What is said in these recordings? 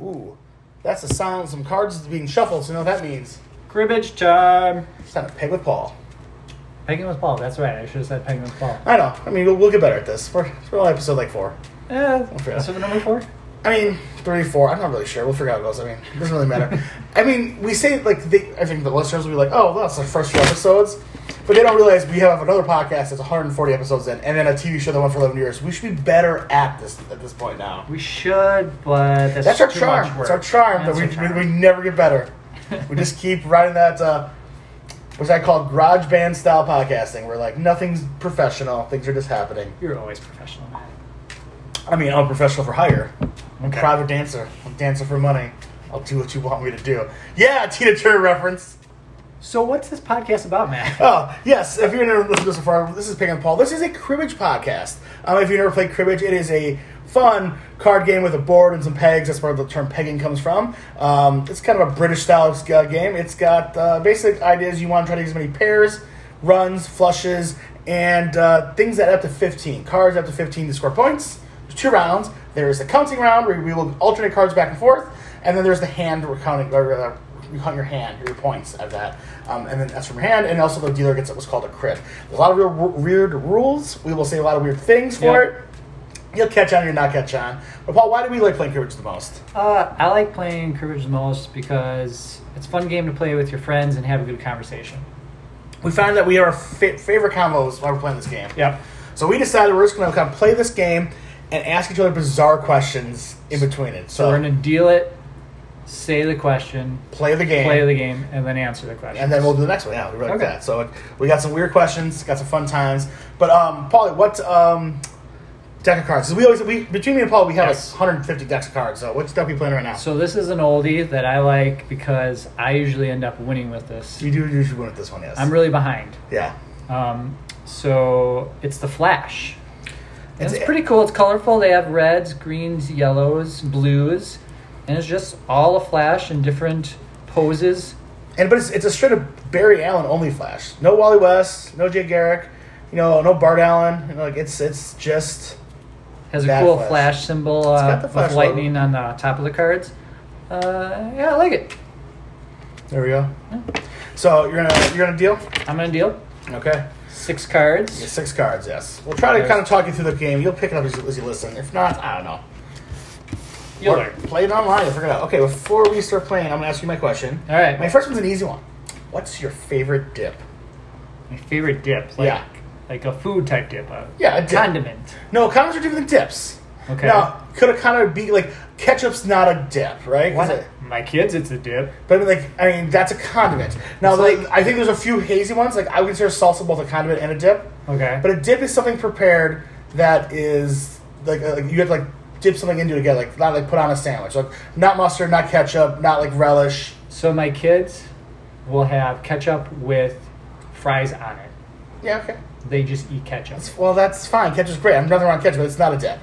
Ooh, that's a sound. Some cards being shuffled. So you know what that means. Cribbage time. Sound a pig with Paul. Penguin with Paul. That's right. I should have said Penguin with Paul. I know. I mean, we'll, we'll get better at this. We're, we're on episode like four. Eh, forget. that's what number four. I mean, three, four. I'm not really sure. We'll figure out how it goes. I mean, it doesn't really matter. I mean, we say like the, I think the listeners will be like, "Oh, well, that's the first few episodes," but they don't realize we have another podcast that's 140 episodes in, and then a TV show that went for 11 years. We should be better at this at this point now. We should, but that's, That's our too charm. Much work. That's our charm. That That's we, our charm. we we never get better. we just keep riding that. Uh, what's that called? Garage band style podcasting. Where like nothing's professional. Things are just happening. You're always professional, man. I mean, I'm a professional for hire. I'm a Okay. private dancer. I'm a dancer for money. I'll do what you want me to do. Yeah, Tina Turner reference. So what's this podcast about, man? Oh, yes. If you're never listened to this before, this is Ping and Paul. This is a cribbage podcast. Um, if you never played cribbage, it is a fun card game with a board and some pegs. That's where the term pegging comes from. Um, it's kind of a British style uh, game. It's got uh, basic ideas. You want to try to get as many pairs, runs, flushes, and uh, things that up to 15. Cards up to 15 to score points. There's two rounds. There is the counting round where we will alternate cards back and forth, and then there's the hand we're counting. Or, uh, you count your hand, your points of that, um, and then that's from your hand. And also, the dealer gets what's called a crit. There's a lot of real, weird rules. We will say a lot of weird things for Yeah. it. You'll catch on, or you'll not catch on. But Paul, why do we like playing cribbage the most? Uh, I like playing cribbage the most because it's a fun game to play with your friends and have a good conversation. We found that we are our fa- favorite combos while we're playing this game. Yep. So we decided we're just going to kind of play this game and ask each other bizarre questions in between it. So So we're gonna deal it, say the question, play the game. play the game, and then answer the question. and then we'll do the next one. Yeah, we really like Okay. that. So like, we got some weird questions, got some fun times. But um, Paulie, what um, deck of cards? 'Cause we always we between me and Paul, we have Yes. like 150 decks of cards. So what deck are we playing right now? So this is an oldie that I like because I usually end up winning with this. you do usually win at this one, yes. I'm really behind. yeah. Um, so it's the Flash. And It's- it's, pretty cool. It's colorful. They have reds, greens, yellows, blues, and it's just all a Flash in different poses. And but it's, it's a straight up Barry Allen only flash. No Wally West, no Jay Garrick, you know, no Bart Allen. You know, like it's it's just Has a That cool Flash. Flash, symbol It's uh, got the Flash with logo. lightning on the top of the cards. Uh, yeah, I like it. there we go. So you're gonna you're gonna deal. I'm gonna deal Okay. six cards. Yeah, Six cards, yes. We'll try to Yes. kind of talk you through the game. You'll pick it up as you, as you listen. If not, I don't know. You'll Or learn. Play it online. You'll figure it out. Okay, before we start playing, I'm going to ask you my question. All right. My first one's an easy one. What's your favorite dip? My favorite dip, like Yeah. like a food type dip, a Yeah, a dip. condiment. No, condoms are different than dips. Okay. Now, could a condom be like ketchup's not a dip, right? 'Cause it- My kids, it's a dip. But I mean, like, I mean, that's a condiment. Now, It's like, like- I think there's a few hazy ones. Like, I would consider salsa both a condiment and a dip. Okay. But a dip is something prepared that is like, uh, like you have to like dip something into it again, like not like put on a sandwich, like not mustard, not ketchup, not like relish. so my kids will have ketchup with fries on it. Yeah, okay. They just eat ketchup. That's- well, that's fine. Ketchup's great. I'm nothing wrong with ketchup, but it's not a dip.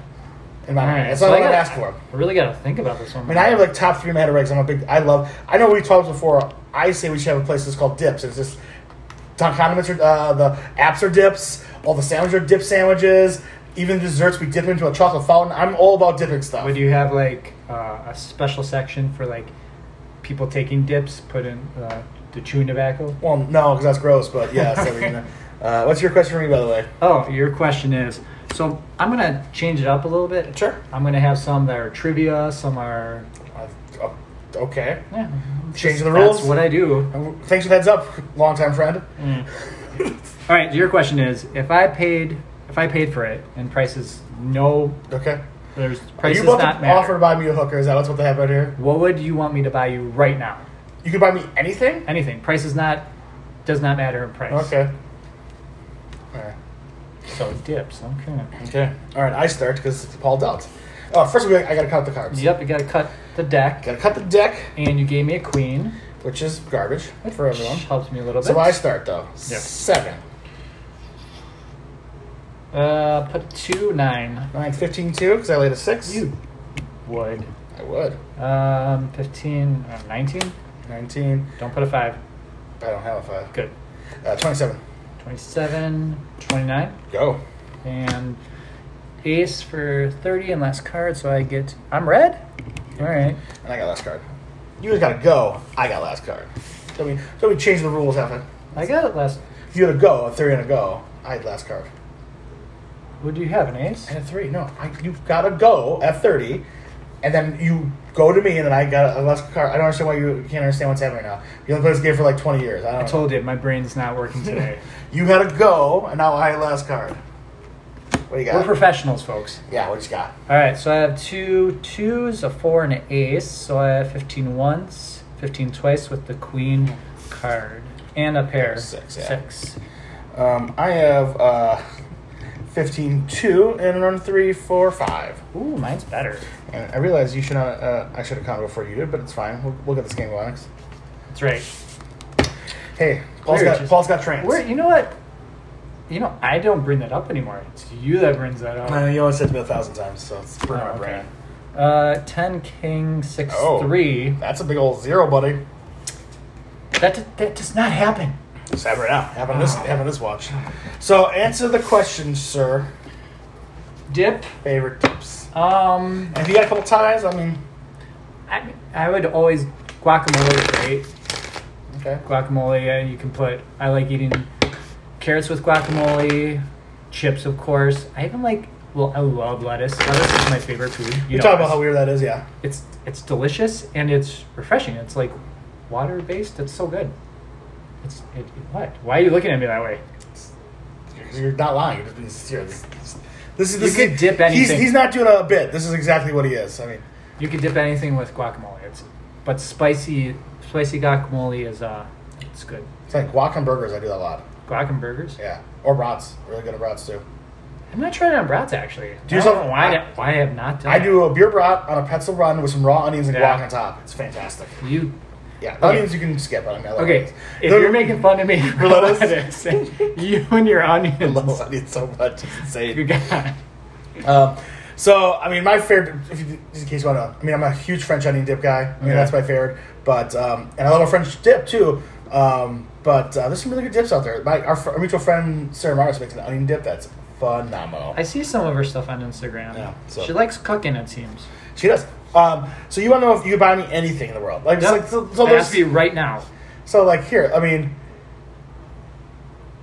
In my All mind, right, that's so all I gotta- would ask for. I really got to think about this one. I mean, I have like top three in my head of regs. I'm a big. I love. I know we talked before. I say we should have a place that's called dips. It's just ton- condiments are uh, the apps are dips. All the sandwiches are dip sandwiches. Even desserts we dip into a chocolate fountain. I'm all about dipping stuff. Would you have like uh, a special section for like people taking dips, put in uh, the chewing tobacco? well, no, because that's gross. But yeah. So we're gonna, uh, what's your question for me, by the way? Oh, your question is. So I'm gonna change it up a little bit. Sure. I'm gonna have some that are trivia, some are. Uh, oh, okay. Yeah, Change the rules. Oh. that's what I do. Mm. Thanks for the heads up, longtime friend. All right, your question is: If I paid, if I paid for it, and prices no, Okay. there's Are you prices about not to offer to matter. buy me a hooker? Is that what's what they have right here? What would you want me to buy you right now? You could buy me anything. Anything. Price is not, does not matter in price. Okay. All right. So dips. Okay. Okay. All right, I start because Paul dealt. Uh, first, we, I got to cut the cards. Yep, you gotta cut the deck, Got to cut the deck, and you gave me a queen, which is garbage for everyone. which helps me a little bit. So I start though. Yep. Seven, uh, put two nine. nine, fifteen, two. Because I laid a six. You would. I would. Um, fifteen, uh, nineteen. Nineteen. Don't put a five. I don't have a five. Good. Uh, Twenty-seven. 27, 29. Go. and ace for 30 and last card so i get i'm red All right. And I got last card. You guys gotta go. I got last card. So we so we changed the rules after. I got it last. If you had a go, a three and a go, I had last card. What do you have? An ace? And a three, no. I, you've gotta go F thirty, and then you go to me, and then I got a last card. I don't understand why you can't understand what's happening now. You only played this game for like twenty years. I don't. I know. told you my brain's not working today. You had a go, and now I had last card. What do you got? We're professionals, folks. yeah, what you got? All right, so I have two twos, a four, and an ace. So I have 15 once, 15 twice with the queen card. And a pair. Six, yeah. Six. Um, I have uh, 15, 2, and run 3, 4, 5. Ooh, mine's better. And I realize you should not, uh, I should have counted before you did, but it's fine. We'll, we'll get this game going next. That's right. Hey, Paul's We're got, just- Paul's got trance. Where, you know what? You know, I don't bring that up anymore. It's you that brings that up. Uh, you only said to me a thousand times, so it's Oh, burning my okay. brain. Uh, 10, king, 6, Oh. 3. That's a big old zero, buddy. That, d- that does not happen. It's happening now. Happening this, Oh. happening this watch. So answer the question, sir. Dip. Favorite tips. Um, And if you got a couple ties, I mean, I, I would always guacamole is great. okay. guacamole. Yeah, you can put. I like eating carrots with guacamole, chips, of course. I even like. Well, I love lettuce. Lettuce is my favorite food. You We know talked about this. how weird that is, yeah. It's it's delicious and it's refreshing. It's like water based. It's so good. It's it, it- what? Why are you looking at me that way? You're not lying. You're just being sincere. This, this- this is You this could is, dip He's, anything. he's not doing a bit. This is exactly what he is. I mean, You could dip anything with guacamole. It's but spicy spicy guacamole is uh it's good. it's like guac and burgers. I do that a lot. Guac and burgers. Yeah, or brats. Really good at brats too. I'm not trying on brats actually. Do I don't yourself- know why I, I- why I have not done. I it. do a beer brat on a pretzel run with some raw onions and Yeah. guac on top. It's fantastic. You Yeah, Okay. onions you can skip. I mean, I love Okay, onions. if They're- you're making fun of me for Lettuce? lettuce, you and your I love onions, onions so much. It's insane. you got Um, so, I mean, my favorite, if you, just in case you want to, I mean, I'm a huge French onion dip guy. I mean, Okay. that's my favorite. But, um, and I love a French dip too. Um, but uh, there's some really good dips out there. My, our, fr- our mutual friend Sarah Morris makes an onion dip that's phenomenal. I see some of her stuff on Instagram. Yeah, so- She likes cooking, it seems. she does. Um, so you want to know if you could buy me anything in the world? Like, just Yep. like so, so I there's ask you right now. so like here. I mean,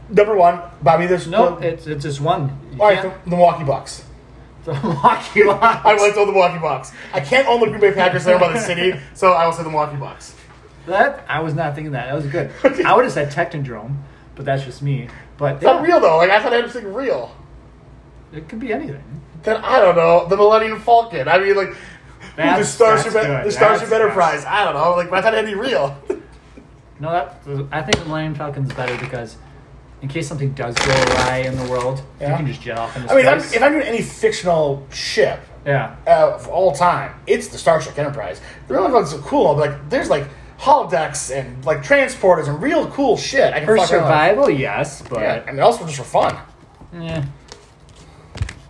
number one, Bobby. There's No, the, it's it's just one. You all right, can't- the, the Milwaukee Bucks. the Milwaukee Bucks. I will to the Milwaukee Bucks. I can't own the Green Bay Packers. They're by the city, so I will say the Milwaukee Bucks. That I was not thinking that. That was good. I would have said Technodrome, but that's just me. But It's not yeah, real though. Like I thought I had something real. it could be anything. Then I don't know the Millennium Falcon. I mean, like the That's- Starship, that's the good. Starship That's- Enterprise. I don't know. Like I thought it had to be real. No, that I think the Millennium Falcon's better because in case something does go awry in the world, Yeah. you can just jet off into I mean, I'm, space. if I'm doing any fictional ship, yeah. uh, of all time, it's the Starship Enterprise. The real ones are cool. but, Like there's like holodecks and like transporters and real cool shit. I can fuck For around with. survival, yes, but Yeah, and also just for fun. eh.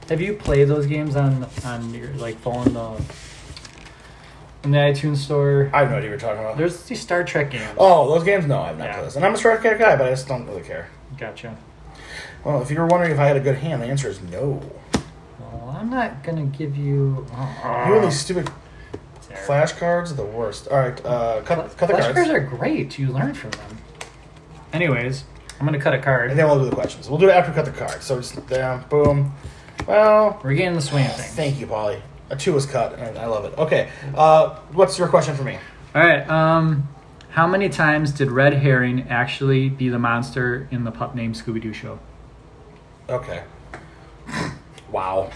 have you played those games on on your like phone the in the iTunes store? I have no idea what you're talking about. There's these Star Trek games. oh, those games? No, I've not Yeah. played this. And I'm a Star Trek guy, but I just don't really care. Gotcha. Well, if you were wondering if I had a good hand, the answer is no. Well, I'm not gonna give you. oh, You Uh-huh. and these stupid There. flashcards are the worst. All right, uh, Fla- cut, cut the flash cards. cards are great. You learn from them. Anyways, I'm gonna cut a and card. then we'll do the questions. We'll do it after we cut the cards. So just down, boom. Well, We're getting the swing of things. thank you, Polly. A two was cut, and I love it. Okay, uh, what's your question for me? All right. Um, how many times did Red Herring actually be the monster in the pup named Scooby Doo show? Okay. Wow.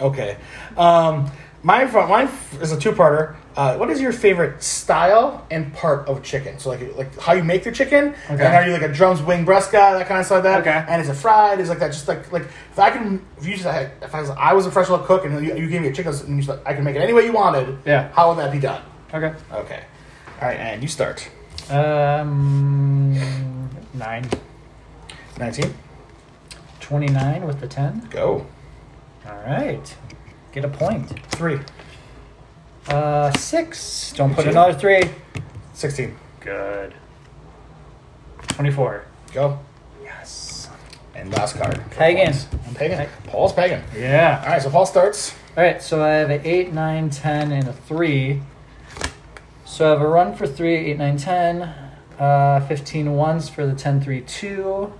Okay. Um, my front mine is a two-parter. Uh, what is your favorite style and part of chicken? So like like how you make the chicken, and Okay. are you like a drums wing breast guy, that kind of stuff like that. Okay. And is it fried? Is it like that? Just like like if I can if you just had- if I was I was a fresh little cook and you, you gave me a chicken and you said I can make it any way you wanted. Yeah. How would that be done? Okay. Okay. All right, and you start. Um, nine. Nineteen. 29 with the 10. Go. All right. Get a point. Three. Uh, six. Don't put Good another three. Sixteen. Good. 24. Go. Yes. And last card. Pagan. I'm pagan. Peg- Paul's pagan. Yeah. All right, so Paul starts. All right, so I have an 8, 9, 10, and a 3. So I have a run for 3, 8, 9, 10, uh, 15 ones for the 10, 3, 2,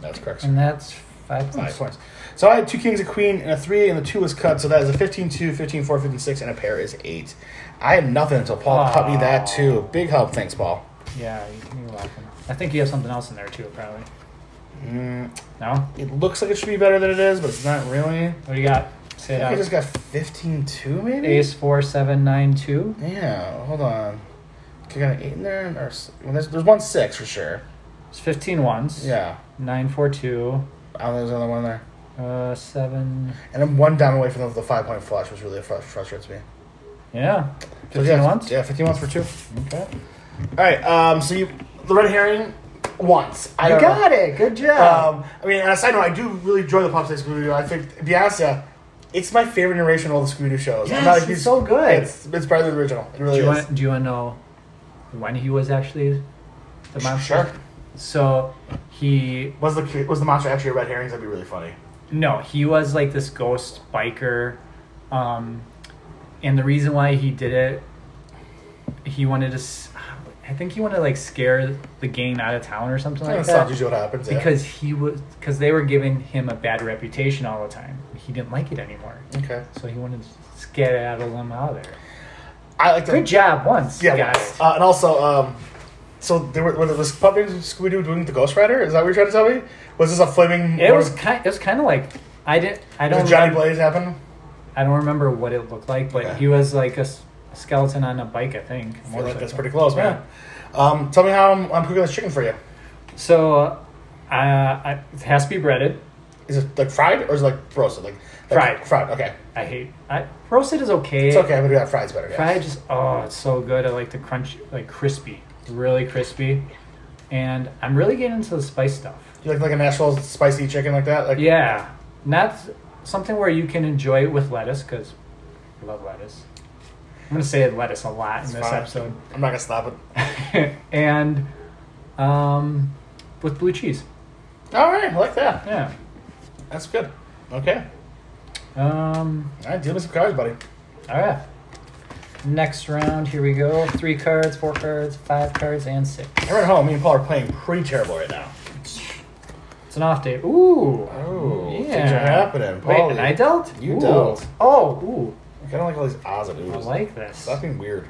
That's correct. and that's 5 Five points. points. So I had two kings, a queen, and a three, and the two was cut. So that is a 15 2, 15 4, 15 6, and a pair is eight. I had nothing until Paul cut me that Aw. too. Big help. Thanks, Paul. Yeah, you- you're welcome. I think you have something else in there too, probably. Mm, No? it looks like it should be better than it is, but it's not really. What do you got? Say I it think I out. just got 15 2, maybe? Ace four seven nine two. Yeah, hold on. I got an eight in there, or s- well, there's, there's one six for sure. It's 15 ones. Yeah, Nine four two. I don't think there's another one there. Uh, seven. And I'm one down away from the, the five point flush, which really frus- frustrates me. Yeah. So, 15 yeah, ones. Yeah, 15 ones for two. Okay. All right, um, so you the red herring once. I You don't know. got it. Good job. Um, I mean, on a side note, I do really enjoy the Pop State Scooby Doo. I think, to be honest, yeah, it's my favorite narration of all the Scooby Doo shows. I'm Yes, not a it's huge- so good. It's, it's better than the original. It really do you is. want? Do you want to know when he was actually the monster? Sure. So he Was the was the monster actually a red herring? That'd be really funny. No, he was like this ghost biker. Um, and the reason why he did it, he wanted to, s- I think he wanted to like scare the gang out of town or something like That's that. not usually what happens. yeah. Because he was, because they were giving him a bad reputation all the time. He didn't like it anymore. okay, So he wanted to scare it out of them out of there. I like the Good job once. Yeah, Got well, uh, and also, um, so there were, were the puppet Scooby Doo doing the Ghost Rider? Is that what you're trying to tell me? Was this a flaming? it. It was Did kind. It was kind of like I didn't. I don't. Johnny remem- Blaze happen? I don't remember what it looked like, but Okay. he was like a, s- a skeleton on a bike, I think. I feel like that's Motorcycle. pretty close, man. Um, tell me how I'm, I'm cooking this chicken for you. So, uh, I, it has to be breaded. Is it like fried or is it like roasted? Like, like Fried. Fried. Okay, I hate I, roasted is okay. it's okay. I'm gonna do that. Fried's better. Yeah. Fried just oh, it's so good. I like the crunch, like crispy, really crispy. And I'm really getting into the spice stuff. You like like a Nashville spicy chicken like that? Like Yeah, and that's something where you can enjoy it with lettuce because I love lettuce. I'm gonna say lettuce a lot in it's this fine. episode. I'm not gonna stop it. and um, with blue cheese. All right, I like that. Yeah. That's good. Okay. Um, All right, deal me some cards, buddy. all right. Next round, here we go. Three cards, four cards, five cards, and six. Here at home, me and Paul are playing pretty terrible right now. It's an off day. Ooh. Oh, yeah. things are happening, Paul. Wait, and I dealt? You Ooh. dealt. Oh, ooh. I don't like all these odds and I oohs. like this. Stop being weird.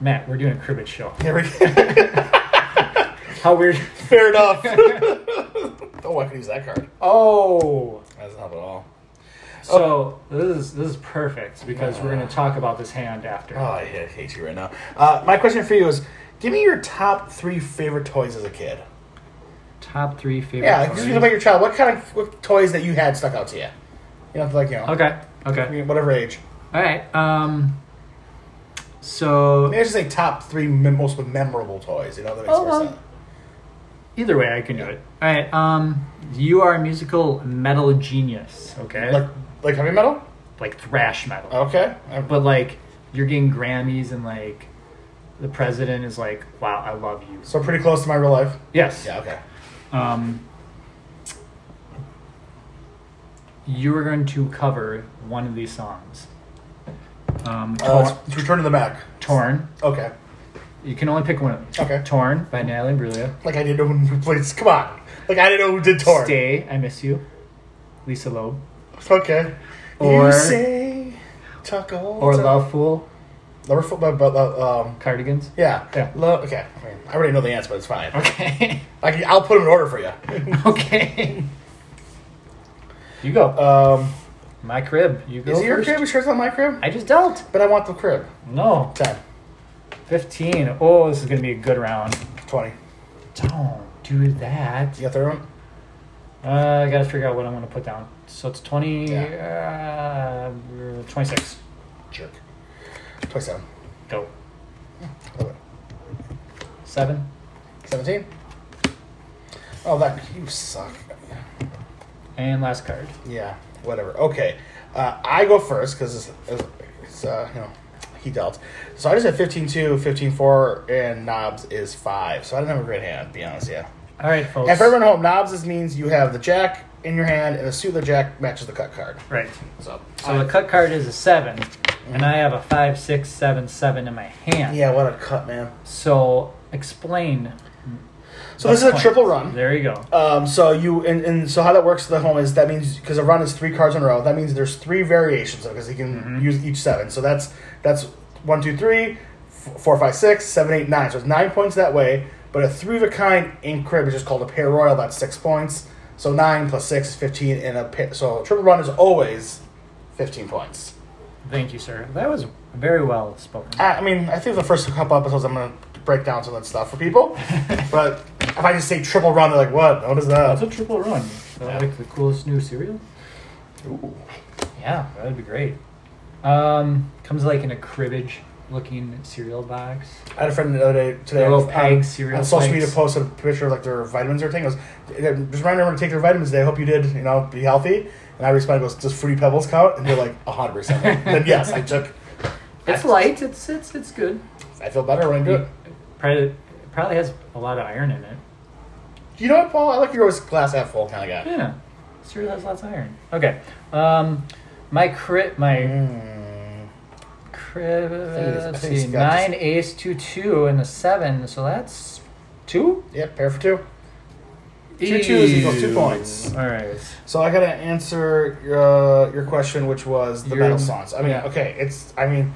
Matt, we're doing a cribbage show. Here we go. How weird. Fair enough. oh, I could use that card. Oh. That doesn't help at all. Oh. So this is this is perfect because we're going to talk about this hand after. Oh, I hate, hate you right now. Uh, my question for you is: Give me your top three favorite toys as a kid. Top three favorite. Yeah, just think about cards. your child. What kind of what toys that you had stuck out to you? You don't have to like you know. Okay. I Okay. mean, whatever age. All right. Um. So Maybe I should say top three mem- most memorable toys. You know that makes Oh, more well. sense. Either way, I can do it. All right. Um, you are a musical metal genius. Okay. Oh. Like Like, like heavy metal. thrash metal. Okay. I- But like you're getting Grammys and like the president is like, "Wow, I love you." So pretty close to my real life. Yes. Yeah. Okay. Um. You are going to cover one of these songs. Um, Uh, Tor- it's, it's Return to the Mac. Torn. Okay. You can only pick one of these. Okay. Torn by Natalie Imbruglia. Like I didn't know who played. Come on. Like I didn't know who did Torn. Stay, I Miss You. Lisa Loeb. Okay. Or- you say taco Or Love Fool, Lover foot, but, but uh, um, Cardigans. yeah, Yeah. Love. Okay, I, mean, I already know the answer, but it's fine. Okay. I can, I'll put them in order for you. okay. You go. Um, my crib. Uh, You go. is it your first. crib? Is yours on my crib? I just dealt. But I want the crib. No. Ten. 15. Oh, this is going to be a good round. Twenty. Don't do that. You got the third one? Uh, I got to figure out what I'm going to put down. So it's 20. Uh, 26. Jerk. Twenty-seven. Go. Seven. Seventeen. Oh, that you suck. And last card. Yeah, whatever. Okay, uh, I go first because it's, it's, it's uh, you know he dealt. So I just had 15-2, 15-4, and Knobs is five. So I didn't have a great hand, to be honest. Yeah. All right, folks. And for everyone at home, Knobs is means you have the Jack, in your hand, and the suit of the jack matches the cut card. Right. So, So the cut card is a seven, and I have a five, six, seven, seven in my hand. yeah, what a cut, man. So explain. So the this is a point. triple run. There you go. Um, so you and, and so how that works at the home is that means because a run is three cards in a row. That means there's three variations because he can use each seven. So that's that's one, two, three, f- four, five, six, seven, eight, nine. So it's nine points that way. But a three of a kind in crib is just called a pair royal. That's six points. So nine plus six is fifteen. And a pair, so a triple run is always fifteen points. Thank you, sir. That was very well spoken. I, I mean, I think the first couple episodes I'm gonna break down some of that stuff for people. but if I just say triple run, they're like, "What? What is that?" That's a triple run. Is that like the coolest new cereal? Yeah, that would be great. Um, comes like in a cribbage looking cereal box. I had a friend the other day today They're little on- pegs, cereal on social pegs. media posted a picture of like their vitamins they're taking. It was "It- just remind everyone to take their vitamins today. I hope you did. You know, be healthy. And I responded, "Goes does fruity pebbles count?" And they're like, hundred percent." Then yes, I took. It's light. It's it's it's good. I feel better when I do it. Probably probably has a lot of iron in it. You know what, Paul? I like you're always glass half full kind of guy. Yeah, cereal has lots of iron. Okay. Um, my crit my Mm. crib. he's- I let's think he's see, got this- nine ace two two and a seven. So that's two. Yep, pair for two. Two twos equals two points. All right. So I gotta answer uh, your question, which was the Your- battle songs. I mean, yeah. okay, it's I mean,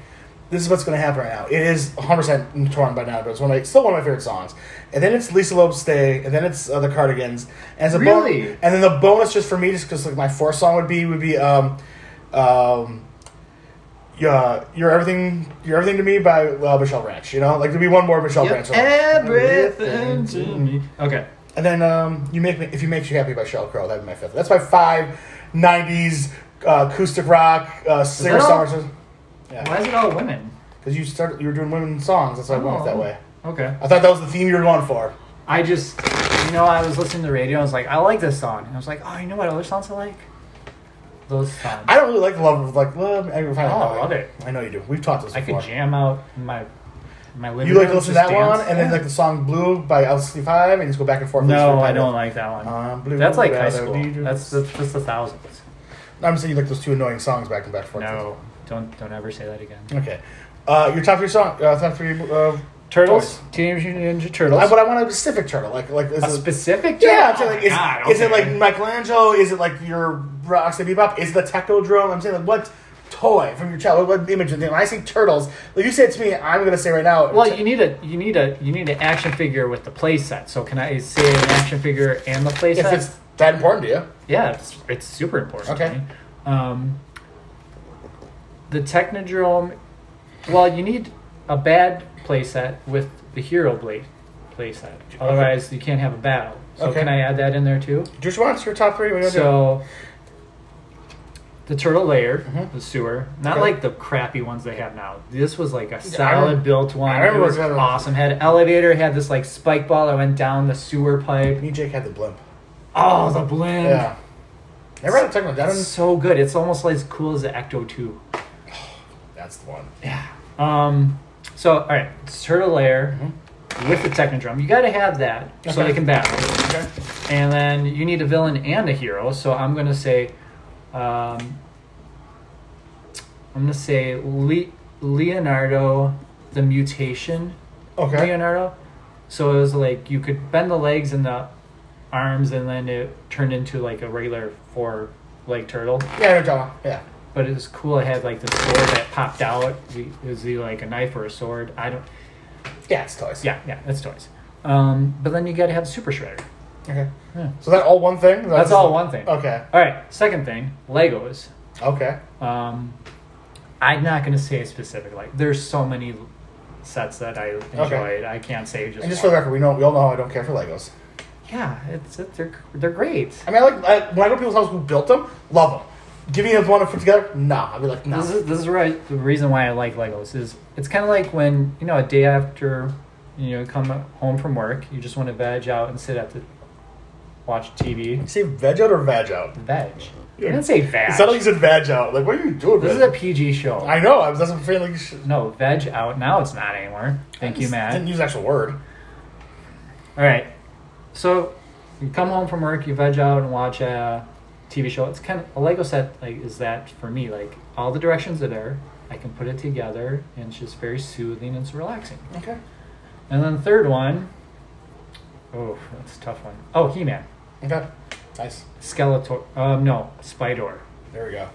this is what's gonna happen right now. It is 100 percent torn by now, but it's one of my, still one of my favorite songs. And then it's Lisa Loeb's "Stay," and then it's uh, the Cardigans. And as a bon- Really? and then the bonus just for me, just because like my fourth song would be would be um, um, yeah, you're everything, you're everything to me by uh, Michelle Branch. You know, like there'd be one more Michelle You're Branch. song. everything to me. Okay. And then um, you make me if you makes you happy by Shell Crow, that'd be my fifth. That's my five '90s uh, acoustic rock uh, singer all? songwriters. Yeah, Why is it all women? because you started you were doing women's songs, that's why I went Oh. that way. Okay. I thought that was the theme you were going for. I just, you know, I was listening to the radio. I was like, I like this song. And I was like, oh, you know what other songs I like? Those songs. I don't really like the love of like love. I, find Oh, love. I love it. I know you do. We've talked this I before. could jam out in my my living You like to room, listen to just that dance. one, and then like the song "Blue" by L65, and just go back and forth. No, I don't like that one. Um, blue, that's like high rather school. be- That's that's, that's the thousands. I'm saying you like those two annoying songs back and back and forth. No, don't don't ever say that again. Okay. Uh, your top three song, uh, top three uh, Turtles, Toys. Teenage Mutant Ninja I, Turtles. but I want a specific turtle. Like, like is a it- specific. Yeah, I'm turtle? saying, Oh like, is, my God, is it like okay. Michelangelo? Is it like your Rocksteady Bebop? Is it the Technodrome? I'm saying, like, what toy from your childhood? What, what image? When I say turtles, like you say it to me, I'm going to say right now. Well, you need a you need a you need an action figure with the play set. So can I say an action figure and the play if set? it's that important to you. yeah, it's, it's super important. to Okay. me. Um, the Technodrome. Well, you need a bad play set with the Hero Blade play set. Otherwise, you can't have a battle. So Okay. can I add that in there too? Just once, your top three. What are you gonna So the turtle layer, the sewer, not Mm-hmm. Okay. like the crappy ones they have now. This was like a remember- solid built one. It remember was that one. awesome. Had an elevator, had this like spike ball that went down the sewer do? pipe. Me and Jake had the blimp. Oh, the blend. Yeah. Never had a Technodrome. I It's don't- so good. It's almost like as cool as the Ecto 2. That's the one. Yeah. Um so all right, it's turtle layer with the technodrum. You got to have that so Mm-hmm. Okay. they can battle. Okay. And then you need a villain and a hero. So I'm gonna say, um, I'm gonna say Le- Leonardo the mutation. Okay. Leonardo. So it was like you could bend the legs and the arms, and then it turned into like a regular four leg turtle. Yeah, you're talking. Yeah. But it was cool. It had like the sword that popped out. It was either like a knife or a sword. I don't. Yeah, it's toys. Yeah, yeah, that's toys. Um, but then you got to have Super Shredder. Okay. Yeah. So that all one thing? That's all one thing. Okay. All right, second thing, Legos. Okay. Um, I'm not going to say a specific like. There's so many sets that I enjoyed. I can't say just. And just for the one. record, we know we all know I don't care for Legos. yeah, it's it, they're they're great. I mean, I like I, when I go to people's houses who built them, love them. Give me one to put together, nah. I'd be like, nah. This is this is where I, the reason why I like Legos is it's kind of like when you know a day after you know come home from work, you just want to veg out and sit at the watch TV. say veg out or vag out? Veg. You didn't say veg. It sounded like you said vag out. Like, what are you doing? this man? is a PG show. I know. I was that's what I'm feeling. Like you should- no veg out now. It's not anymore. Thank you, Matt. Didn't use the actual word. All right. So you come home from work, you veg out and watch uh, TV show. It's kind of a Lego set. Like is that for me? Like all the directions are there. I can put it together, and it's just very soothing and it's relaxing. Okay. And then the third one, oh, that's a tough one. Oh, He Man, Okay. Nice. Skeletor. Um, no, Spidor. There we go.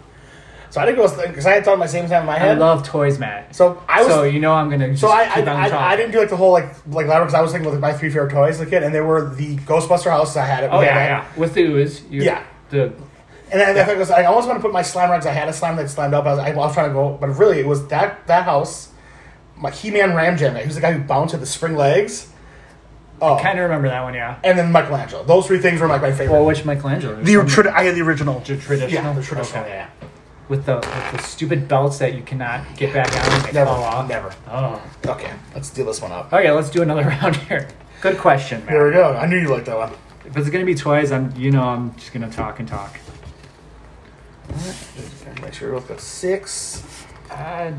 So I didn't go because I had thought my same time in my I head. love toys, Matt. so I was so you know I'm gonna. Just So I I, keep on talking. I, I didn't do like the whole like like ladder because I was thinking like my three favorite toys as a kid, and they were the Ghostbuster houses I had. It, Oh yeah, yeah. With the ooze. You, Yeah. The And then I think it was, I almost want to put my slime rugs. I had a slime that slammed up. I was, I was trying to go, but really it was that that house. My He-Man Ramjam. guy. He was the guy who bounced at the spring legs. Oh, kind of remember that one, yeah. and then Michelangelo. Those three things were like my favorite. Well, which Michelangelo? the trad- I had the original. The traditional. Yeah, the traditional. Okay. Yeah, With the with the stupid belts that you cannot get back on. They never, fall off. never. Oh. Okay, let's deal this one up. Okay, let's do another round here. Good question, man. There we go. I knew you liked that one. If it's gonna be toys, I'm you know I'm just gonna talk and talk. Make sure we've got six. Uh,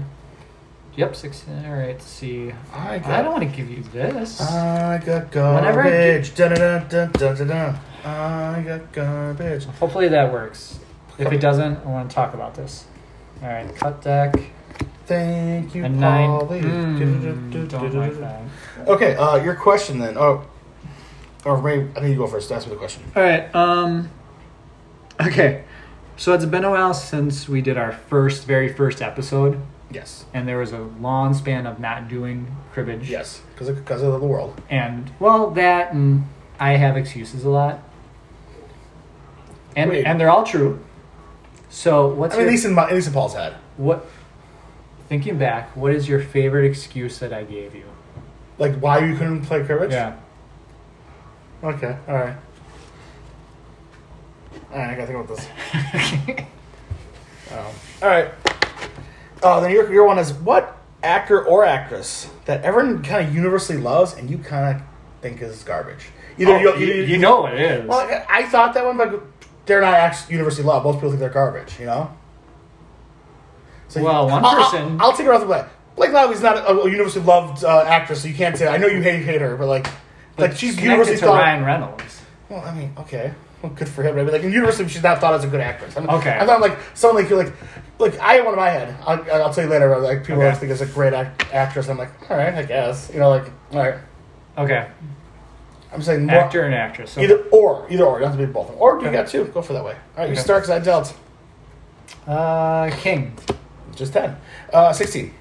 yep, six. All right, let's see. I got. I don't want to give you this. I got Whenever I garbage. Dun, dun, dun, dun, dun, dun. I got garbage. Hopefully that works. If it doesn't, I want to talk about this. All right, cut deck. Thank you, A nine. Polly. Mm, don't like that. Okay, uh, your question then. Oh, or maybe I think you go first. Ask me the question. All right. Um. Okay. So it's been a while since we did our first, very first episode, Yes. and there was a long span of not doing cribbage. Yes, because because of the world. And well, that and I have excuses a lot. And Wait. and they're all true. So what's I mean, at your, least in my, at least in Paul's head. what? Thinking back, what is your favorite excuse that I gave you? Like why you couldn't play cribbage? Yeah. Okay. All right. All right. I gotta think about this. Um, all right. Oh, then your your one is what actor or actress that everyone kind of universally loves and you kind of think is garbage. Either Oh, you, you, you know what it is. Well, I- I thought that one, but they're not actually universally loved. Most people think they're garbage, you know? So Well, one I'll- I'll- person- I'll, take her off the plate. Blake Lively's not a, a universally loved uh, actress, so you can't say. I know you hate, hate her, but like, But like she's connected universally to thought. Ryan Reynolds. Well, I mean, okay, well, good for him. But I mean, like, universally, she's not thought as a good actress. I'm, Okay. I'm not like someone like you. Like, like I have one in my head. I'll, I'll tell you later. but, Like, people Okay. always think is a great act- actress. I'm like, all right, I guess. You know, like, all right. Okay, I'm saying more, actor and actress. So Either or, either or. You don't have to be both. Or you got two. Go for that way. All right, you Okay. start because I dealt Uh, King. just ten. Uh, Sixteen.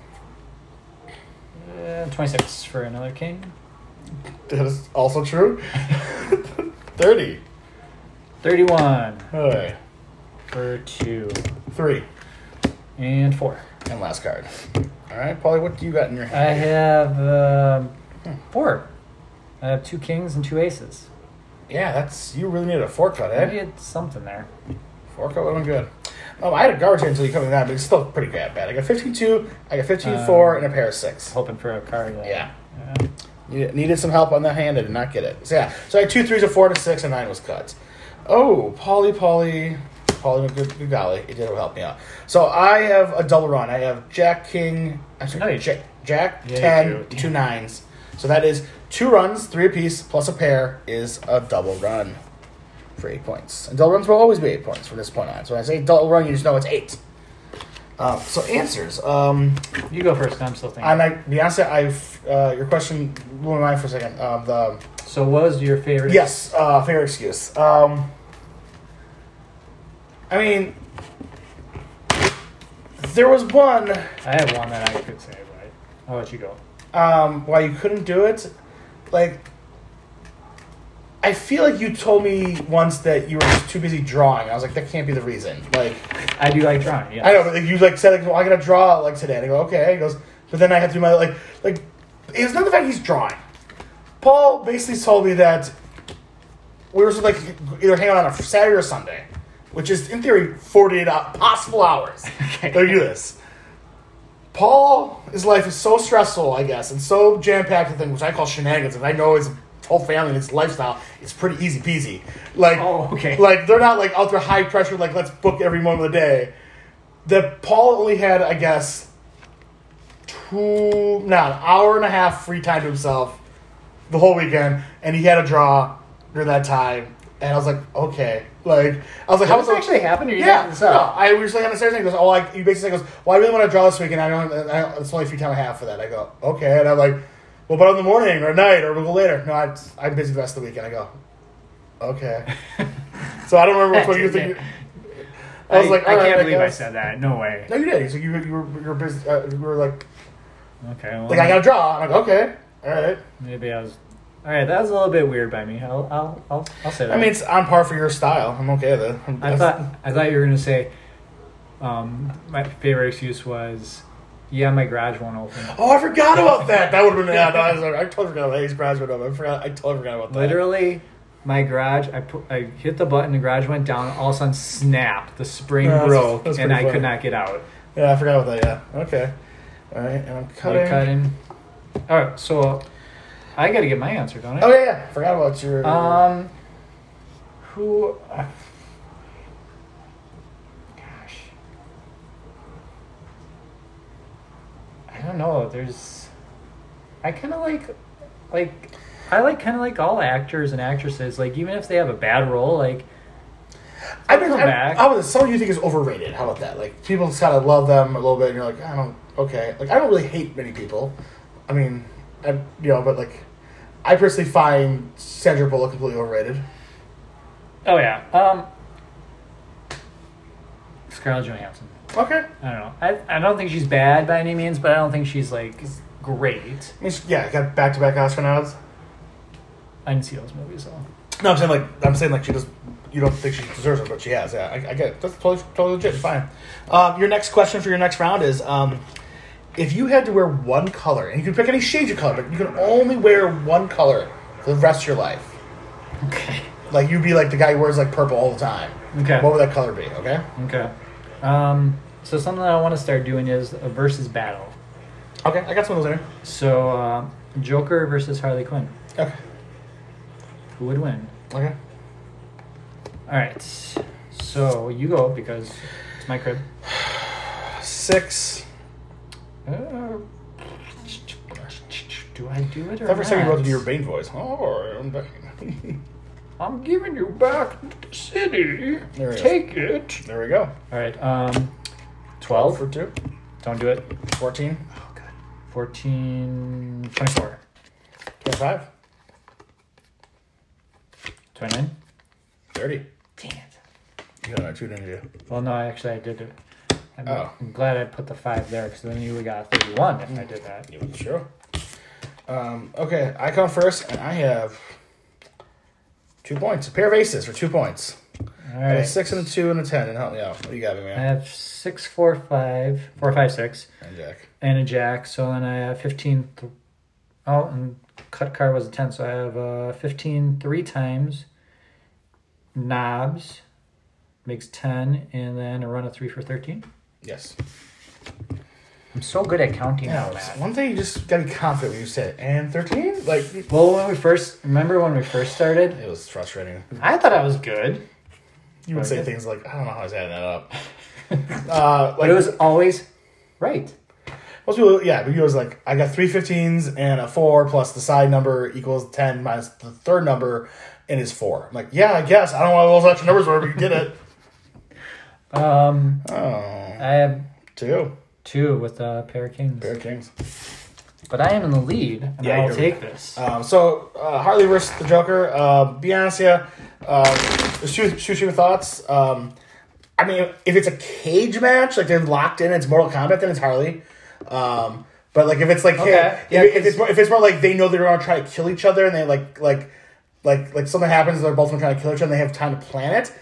Uh, 26 for another King. That is also true. Thirty. 31 All right. for two. Three. And four. And last card. All right, Polly. What do you got in your I hand? have um four. I have two Kings and two Aces. Yeah, that's you really needed a four cut, Maybe eh? it's something there. Four cut would have been good. Um, I had a garbage until you come in that, but it's still pretty bad. Bad. I got fifteen two. I got fifteen four and a pair of six. Hoping for a card. That, Yeah. Yeah. Uh, Needed needed some help on that hand. I did not get it. So yeah, so I had two threes, a four, and a six, and nine was cut. Oh, Polly, Polly, Polly, good, good golly, it did help me out. So I have a double run. I have Jack King. I'm sorry, No, you- Jack, Jack Yeah, you do. ten, Damn. two nines. So that is two runs, three apiece, plus a pair is a double run for eight points. And double runs will always be eight points from this point on. So when I say double run, you just know it's eight. Um, so answers. Um, You go first. I'm still thinking. and I, Beyonce, I've uh, your question blew my mind for a second. Um, the so, what was your favorite? yes, uh, fair excuse. Um, I mean, there was one I have one that I could say, but I'll let you go. um, why you couldn't do it. Like, I feel like you told me once that you were just too busy drawing. I was like, that can't be the reason. Like, I do like drawing. Yes. I know, but like, you like said, like, well, I gotta draw like today. And I go, okay. He goes, but then I have to do my like, like, it's not the fact he's drawing. Paul basically told me that we were supposed to, like either hang out on a Saturday or Sunday, which is in theory forty-eight hou- possible hours. Okay. They do this. Paul, his life is so stressful, I guess, and so jam packed with things, which I call shenanigans, and I know his whole family and his lifestyle is pretty easy peasy. Like, Oh, okay. Like they're not like out there high pressure, like let's book every moment of the day. That Paul only had, I guess, two, no, an hour and a half free time to himself the whole weekend, and he had a draw during that time. And I was like, okay, like I was like, how Did was this actually happen? Or you making Yeah, this no. up? I was like on the stairs and he goes, oh, like you basically goes, well, I really want to draw this weekend. I don't. I don't it's only a free time I have for that. I go, okay, and I'm like, well, but in the morning or night or we'll go later. No, I, I'm busy the rest of the weekend. I go, okay. so I don't remember which one you think. I was like, I all right, can't I believe I guess. said that. No way. No, you did. So you, you were you were busy. Uh, you were like, Okay. Well, like I got to draw. And I go, okay, all right. Maybe I was. All right, that was a little bit weird by me. I'll, I'll, I'll, I'll say that. I mean, it's on par for your style. I'm okay with it. I'm- I thought I thought you were gonna say um, my favorite excuse was, yeah, my garage won't open. Oh, I forgot about that. That would have been. Yeah, no, I, was like, I totally forgot about Ace Graduate. I forgot. I totally forgot about that. Literally, my garage. I put, I hit the button. The garage went down. All of a sudden, snap. The spring Yeah, that's- broke, that's and I pretty could funny. not get out. Yeah, I forgot about that. Yeah. Okay. All right, and I'm You're cutting. cutting. All right, so I got to get my answer, don't I? Oh yeah, yeah. Forgot about your. Um, who? Gosh, I don't know. There's, I kind of like, like, I like kind of like all actors and actresses. Like even if they have a bad role, like I've been. come I'm, back. how about this? Someone you think is overrated? How about that? Like people just kind of love them a little bit, and you're like, I don't. Okay. Like I don't really hate many people. I mean, I, you know, but like, I personally find Sandra Bullock completely overrated. oh yeah, um, Scarlett Johansson. Okay. I don't know. I I don't think she's bad by any means, but I don't think she's like great. I mean, she- yeah, got back to back Oscar nods. I didn't see those movies though. No, I'm saying like I'm saying like she just you don't think she deserves it, but she has. Yeah, I, I get it. That's totally totally legit. Fine. Um, your next question for your next round is um, if you had to wear one color, and you can pick any shade of color, but you can only wear one color for the rest of your life. Okay. Like you'd be like the guy who wears like purple all the time. Okay. What would that color be? Okay. Okay. Um, so something that I want to start doing is a versus battle. Okay, I got some of those in here. So uh, Joker versus Harley Quinn. Okay. Who would win? Okay. All right. So you go because it's my crib. Six. Uh, do I do it or Every second you wrote to not? do your Bane voice. Oh, I'm Bane. I'm giving you back the city. There it is. Take it. there we go. All right. Um, twelve. for two. Don't do it. 14. 14, 24, 25. 29. 30. Dang it. You got a true interview. Well, no, actually, I did it. I'm, Oh. I'm glad I put the five there because then you would have got 31 if I did that. Yeah, sure. Um, okay, I come first, and I have two points. A pair of aces for two points. All I have right. a six and a two and a ten. And help me out. What do you got me, I man? have six, four, five, four, five, six, And Jack. and a jack. So then I have 15. Th- oh, and cut card was a 10. So I have uh, 15 three times. Knobs makes 10, and then a run of three for 13. Yes. I'm so good at counting Yeah, now, it's Matt. one thing you just gotta be confident when you say it. And thirteen, like it Well, when we first, remember when we first started? was frustrating. I thought I was good. You would say Okay. things like, "I don't know how I was adding that up." uh, like But it was always right. most people, yeah, but you was like, "I got three 15s and a four plus the side number equals ten minus the third number, and is four. I'm like, "Yeah, I guess I don't know what those extra numbers were, but you did it." Um, Oh, I have two. two with a pair of kings, Bear Kings. but I am in the lead, and Yeah, I'll you're- take this. Um, so uh, Harley versus the Joker. Uh, be honest, yeah. Uh, shoot, shoot your thoughts. Um, I mean, if it's a cage match, like they're locked in, it's Mortal Kombat, then it's Harley. Um, but like if it's like, Okay. hey, if, if it's more, if it's more like they know they're gonna try to kill each other, and they like like like like something happens, and they're both gonna try to kill each other, and they have time to plan it.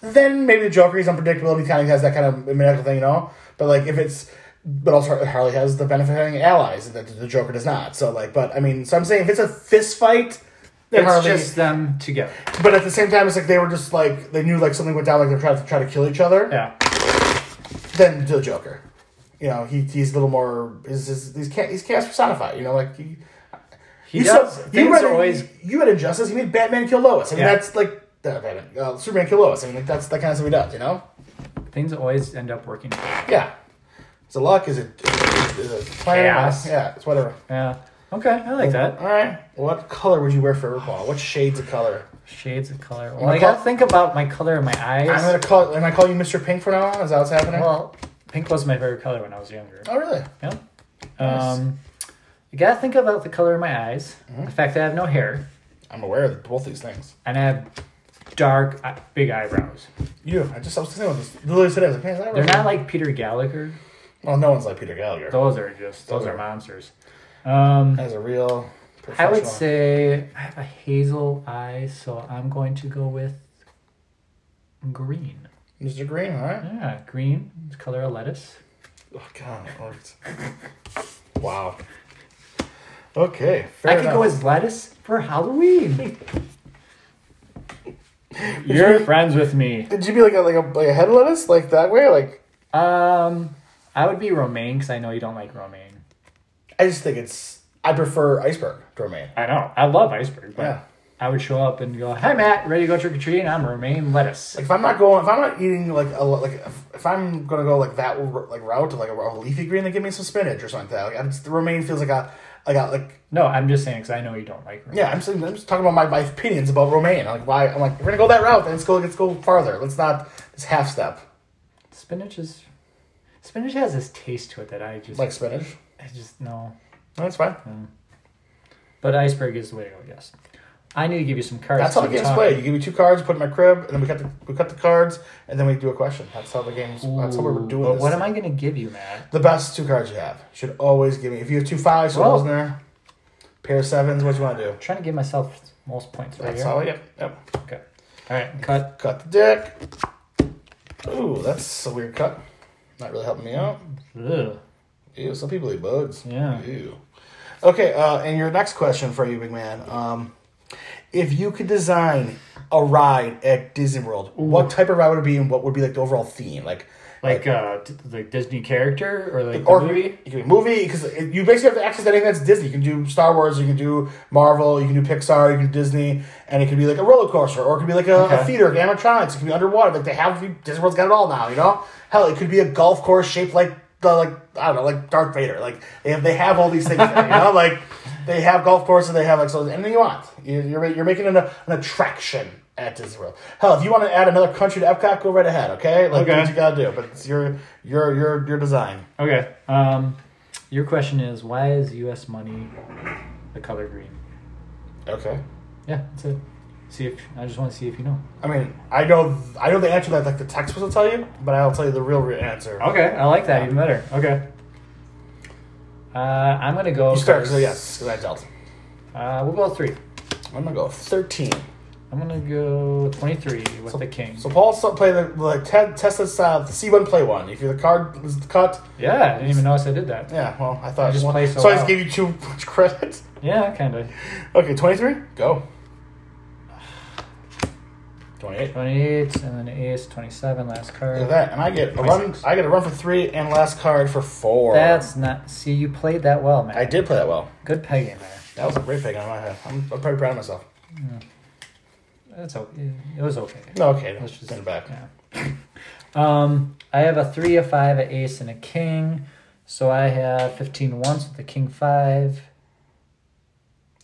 Then maybe the Joker is unpredictable and he kind of has that kind of medical thing, you know. But like if it's, but also Harley has the benefit of having allies that the Joker does not. So like, but I mean, so I'm saying if it's a fist fight, then it's Harley. just them together. But at the same time, it's like they were just like they knew like something went down, like they're trying to try to kill each other. Yeah. Then the Joker, you know, he he's a little more is is he's ca- he's chaos personified, you know, like. He, He you does. saw- Things you read are always. you had injustice. He made Batman kill Lois. I mean, Yeah. that's like uh, Batman, uh, Superman kill Lois. I mean, like that's that kind of stuff he does. You know? Things always end up working. Yeah. Is it luck? Is it is it plan? Chaos. Yeah, it's whatever. Yeah. Okay, I like that. All right. What color would you wear for RuPaul? What shades of color? Shades of color. Well, I gotta think about my color in my eyes. I'm gonna call. Am I calling you Mr. Pink from now on? Is that what's happening? well, pink was my favorite color when I was younger. oh, really? Yeah. Um, you gotta think about the color of my eyes, Mm-hmm. the fact that I have no hair, I'm aware of both these things. and I have dark, eye- big eyebrows. You. I just I was thinking about this literally today. I was like, man, is that They're right? not like Peter Gallagher. Well, no one's like Peter Gallagher. Those are just those are monsters. Um, That is a real. I would professional- say I have a hazel eye, so I'm going to go with green. Mr. Green. All right. Yeah, green, it's the color of lettuce. Oh God, it worked. wow. Okay. Fair I could go enough. as lettuce for Halloween. You're You're friends with me. Did you be like a like a like a head lettuce like that way? Like Um, I would be romaine because I know you don't like romaine. I just think it's. I prefer iceberg to romaine. I know. I love iceberg, but Yeah. I would show up and go, "Hi, Matt, ready to go trick or treating? I'm romaine lettuce." Like if I'm not going, if I'm not eating like a like if, if I'm gonna go like that r- like route to like a, a leafy green, then give me some spinach or something like that. Like I just, the romaine feels like a like a like no, I'm just saying because I know you don't like romaine. yeah. I'm just, I'm just talking about my, my opinions about romaine. Like why I'm like if we're gonna go that route, then let's go let's go farther. Let's not this half step Spinach is spinach has this taste to it that I just like spinach. I just no. That's fine. But iceberg is the way to go. Yes. I need to give you some cards. That's how to the game's talk. played. You give me two cards, put it in my crib, and then we cut the we cut the cards, and then we do a question. That's how the game's. that's how we're Ooh, doing. But this. what am I going to give you, Matt? The best two cards you have you should always give me. If you have two fives, so Well- those in there. Pair of sevens. What you want to do? I'm trying to give myself most points right That's here. all. Yep. Yep. Okay. All right. Cut. Cut the deck. Ooh, that's a weird cut. Not really helping me out. Ugh. Ew, some people eat bugs. Yeah. Ew. Okay, uh, and your next question for you, big man. Um, if you could design a ride at Disney World, what type of ride would it be, and what would be like the overall theme? Like, Like uh, t- the Disney character or like or the movie? You can do movie because you basically have to access anything that's Disney. You can do Star Wars, you can do Marvel, you can do Pixar, you can do Disney, and it could be like a roller coaster, or it could be like a, a Okay. theater, like animatronics. It could be underwater. Like they have Disney World's got it all now. You know, hell, it could be a golf course shaped like the like I don't know, like Darth Vader. Like they have, they have all these things. there, you know, like they have golf courses, they have like so anything you want. You- You're ma- you're making an, an attraction. At Disney World, hell, if you want to add another country to Epcot, go right ahead. Okay, like do Okay. what you gotta do, but it's your your your your design. Okay. Um, your question is why is U.S. money the color green? Okay. Yeah, that's it. See if I just want to see if you know. I mean, I know, I know the answer that like the text will tell you, but I'll tell you the real, real answer. Okay, I like that even better. Okay. Uh, I'm gonna go. You start, so first. yes, because I dealt. Uh, we'll go three. I'm gonna go thirteen. I'm gonna go 23 with the king. So Paul so play the like te- test this uh, C one play one. If the card was cut, yeah, I didn't even notice I did that. yeah. Well, I thought I just one- play so I just well. gave you two credits. Yeah, kind of. Okay, twenty three. Go. Twenty eight. 28 and then ace, 27, last card. Look at that, and I get a run. 26. I get a run for three and last card for four. That's not. See, you played that well, man. I did play that well. Good pegging there. That was a great pick on my head. I'm, I'm pretty proud of myself. That's okay. It was okay. No, okay, Let's just send it back. Yeah. Um, I have a three, a five, an ace, and a king. So I have 15 once with the king five.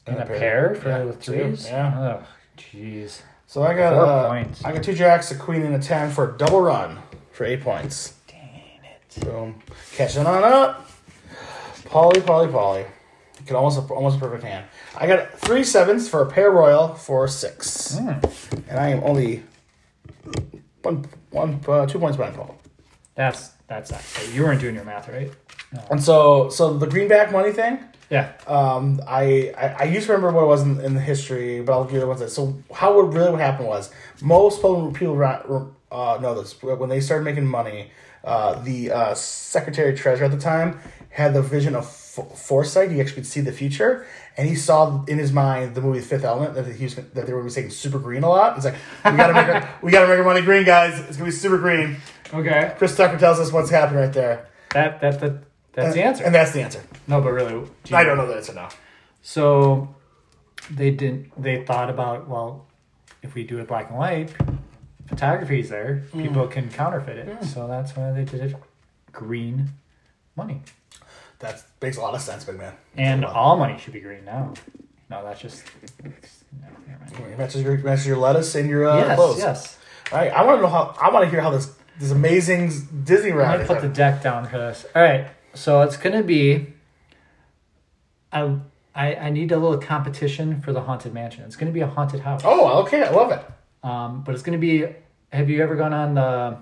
And, a pair, for Yeah, the two, threes? yeah. Oh, jeez. So I got Four uh, points. I got two jacks, a queen, and a ten for a double run for eight points. Dang it. Boom, catching on up. Polly, Polly, Polly. You Could almost almost a perfect hand. I got three sevens for a pair royal for six, Hmm. and I am only one one uh, two points behind Paul. That's, that's actually. You weren't doing your math, right? And so so the greenback money thing. Yeah. Um, I, I I used to remember what it was in, in the history, but I'll give you the ones that. So how what really what happened was most people people ra- uh, know this but when they started making money. Uh, the uh, secretary treasurer at the time had the vision of f- foresight. He actually could see the future, and he saw in his mind the movie Fifth Element that he was, that they were gonna be saying super green a lot. He's like, we gotta make our, we gotta make our money green, guys. It's gonna be super green. Okay. Chris Tucker tells us what's happening right there. That, that, that, that's the answer. Uh, and that's the answer. no, but really. do you- I don't know the answer now. So they didn't. They thought about well, if we do it black and white, photography's there. People can counterfeit it. So that's why they did it. Green money. That makes a lot of sense, big man. And Wow. all money should be green now. No, that's just. No, never mind. It matches your matches your lettuce and your uh, Yes, clothes. yes. All right, I want to know how. I want to hear how this this amazing Disney I'm ride. gonna is. put the deck down for this. All right, so it's gonna be. I, I I need a little competition for the haunted mansion. It's gonna be a haunted house. oh, okay, I love it. Um, but it's gonna be. Have you ever gone on the,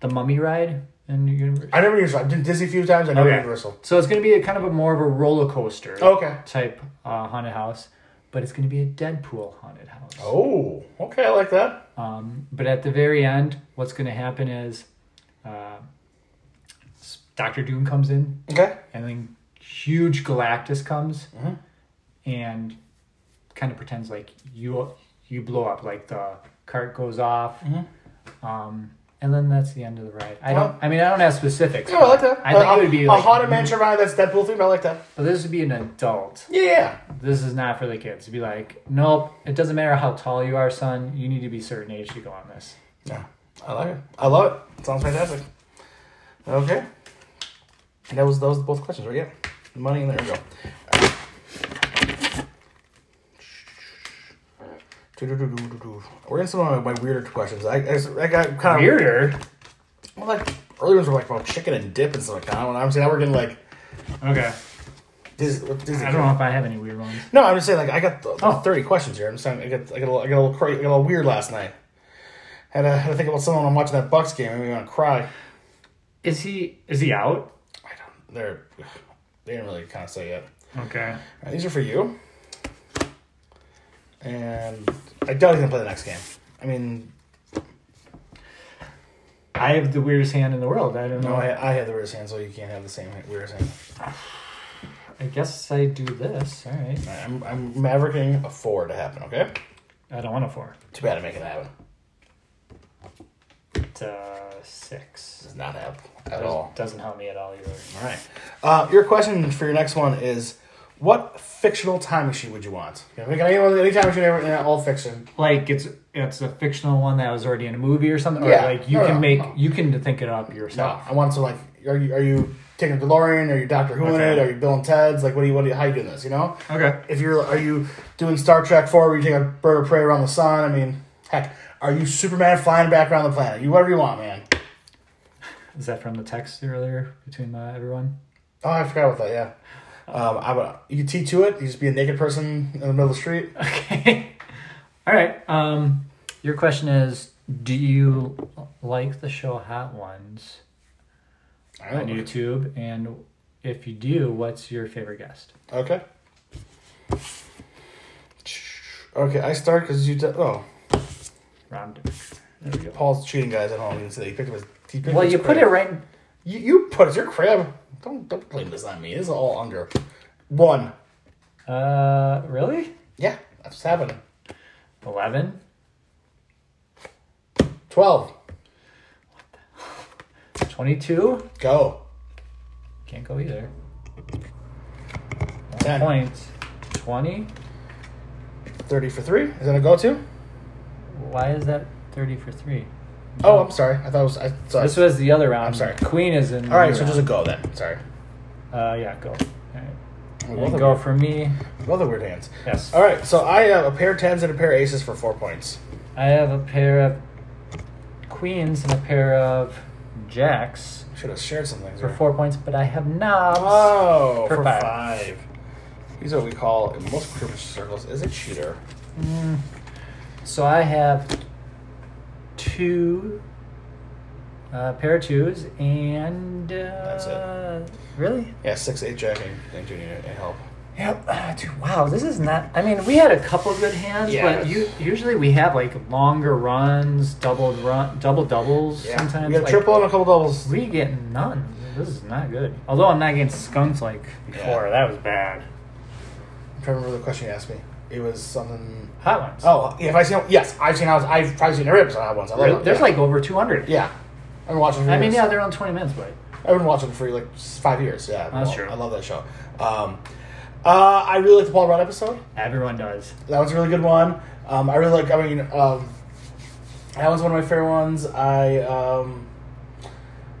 the mummy ride in Universal? I never used. I've been Disney a few times. I never Okay. Oh, Universal. Oh, So it's gonna be a kind of a more of a roller coaster Okay. type uh, haunted house, but it's gonna be a Deadpool haunted house. Oh, okay, I like that. Um, but at the very end, what's going to happen is uh, Doctor Doom comes in, Okay, and then huge Galactus comes and kind of pretends like you you blow up, like the cart goes off, um, and then that's the end of the ride. I don't. I mean, I don't have specifics. yeah, I like but that. I think a, it would be a like, haunted mansion ride. That's Deadpool themed. I like that. But this would be an adult. Yeah, yeah. This is not for the kids. To be like, nope. It doesn't matter how tall you are, son. You need to be certain age to go on this. Yeah, I like it. I love it. Sounds fantastic. Okay. That was those both questions, right? Yeah. Money and there we go. Do-do-do-do-do-do. We're in some of my, my weirder questions. I, I, I got kind of Weirder. Well, like earlier ones were like about chicken and dip and stuff like that. I don't know. I'm saying now we're getting like Okay. Disney. what Disney I don't know if I have any weird ones. No, I'm just saying like I got the, Oh. 30 questions here. I'm just saying I got I got a little, I got a little, cra- I got a little weird last night. Had to, had to think about someone I'm watching that Bucks game. I mean, I'm gonna cry. Is he is he out? I don't. They're they didn't really kind of say yet. Okay. Alright, these are for you. And I doubt he's gonna play the next game. I mean, I have the weirdest hand in the world. I don't know. no, I, I, I have the weirdest hand, so you can't have the same weirdest hand. guess I do this. All right. Alright, I'm I'm mavericking a four to happen. Okay. I don't want a four. Too bad I make it happen. It's uh, six. Does not happen at Doesn't- all. Doesn't help me at all either. All right. Uh, your question for your next one is, what fictional time machine would you want? You know, we got any, any time machine, ever, yeah, all fiction. Like it's it's a fictional one that was already in a movie or something. Or Yeah. like you No, can no, make no. you can think it up No, yourself. I want to like, are you are you taking a DeLorean? Are you Doctor Who in Okay. it? Are you Bill and Ted's? Like, what do you what do you, how you doing this? You know, Okay. if you're are you doing Star Trek Four, where you take a bird of prey around the sun? I mean, heck, are you Superman flying back around the planet? You whatever you want, man. Is that from the text earlier between uh, everyone? Oh, I forgot about that. Yeah. Um, I would. You could T to it. You just be a naked person in the middle of the street. Okay. all right. Um, your question is: Do you like the show Hot Ones? I on don't know. YouTube. And if you do, what's your favorite guest? Okay. Okay, I start because you. d oh, Round. There we go. Paul's cheating guys at home. You can see that he picked up his. He picked Well, up his you put crib. it right. You, you put it. Your crib. Don't don't blame this on me. This is all under one. Uh, really? Yeah, that's happening. Eleven. Twelve. Twenty-two. Go. Can't go either. One Ten. point. Twenty. Thirty for three. Is that a go-to? Why is that thirty for three? Oh, I'm sorry. I thought it was. I sorry. This was the other round. I'm sorry. Queen is in. all right, the so round. just a go then. Sorry. Uh, yeah, go. All right. We And both go have, for me. we both have weird hands. Yes. All right, so I have a pair of tens and a pair of aces for four points. I have a pair of queens and a pair of jacks Should have shared some things. for right? four points, but I have knobs. Oh, for, For five. five. These are what we call in most cribbage circles is a cheater. Mm. So I have two uh, pair of twos and uh, That's it. Really? Yeah, six eight jack and, and do need any help. Yep. Uh, dude, wow, this is not. I mean, we had a couple of good hands, Yeah. but you usually we have like longer runs, double run, double doubles. Yeah, Sometimes we got a like, triple and a couple doubles. We get none. This is not good. Although I'm not getting skunked like before. Yeah. That was bad. I'm trying to remember the question you asked me. It was something. Hot ones. Oh, yeah, if I seen yes, I've seen how I've probably seen every episode of Hot Ones. I love Really? it. there's yeah. like over 200. yeah, I've been watching. For I mean, years. yeah, they're on 20 minutes, but I've been watching for like s- five years. Yeah, That's I love- true. I love that show. Um, uh, I really like the Paul Rudd episode. everyone does. That was a really good one. Um, I really like. I mean, um, that was one of my favorite ones. I um,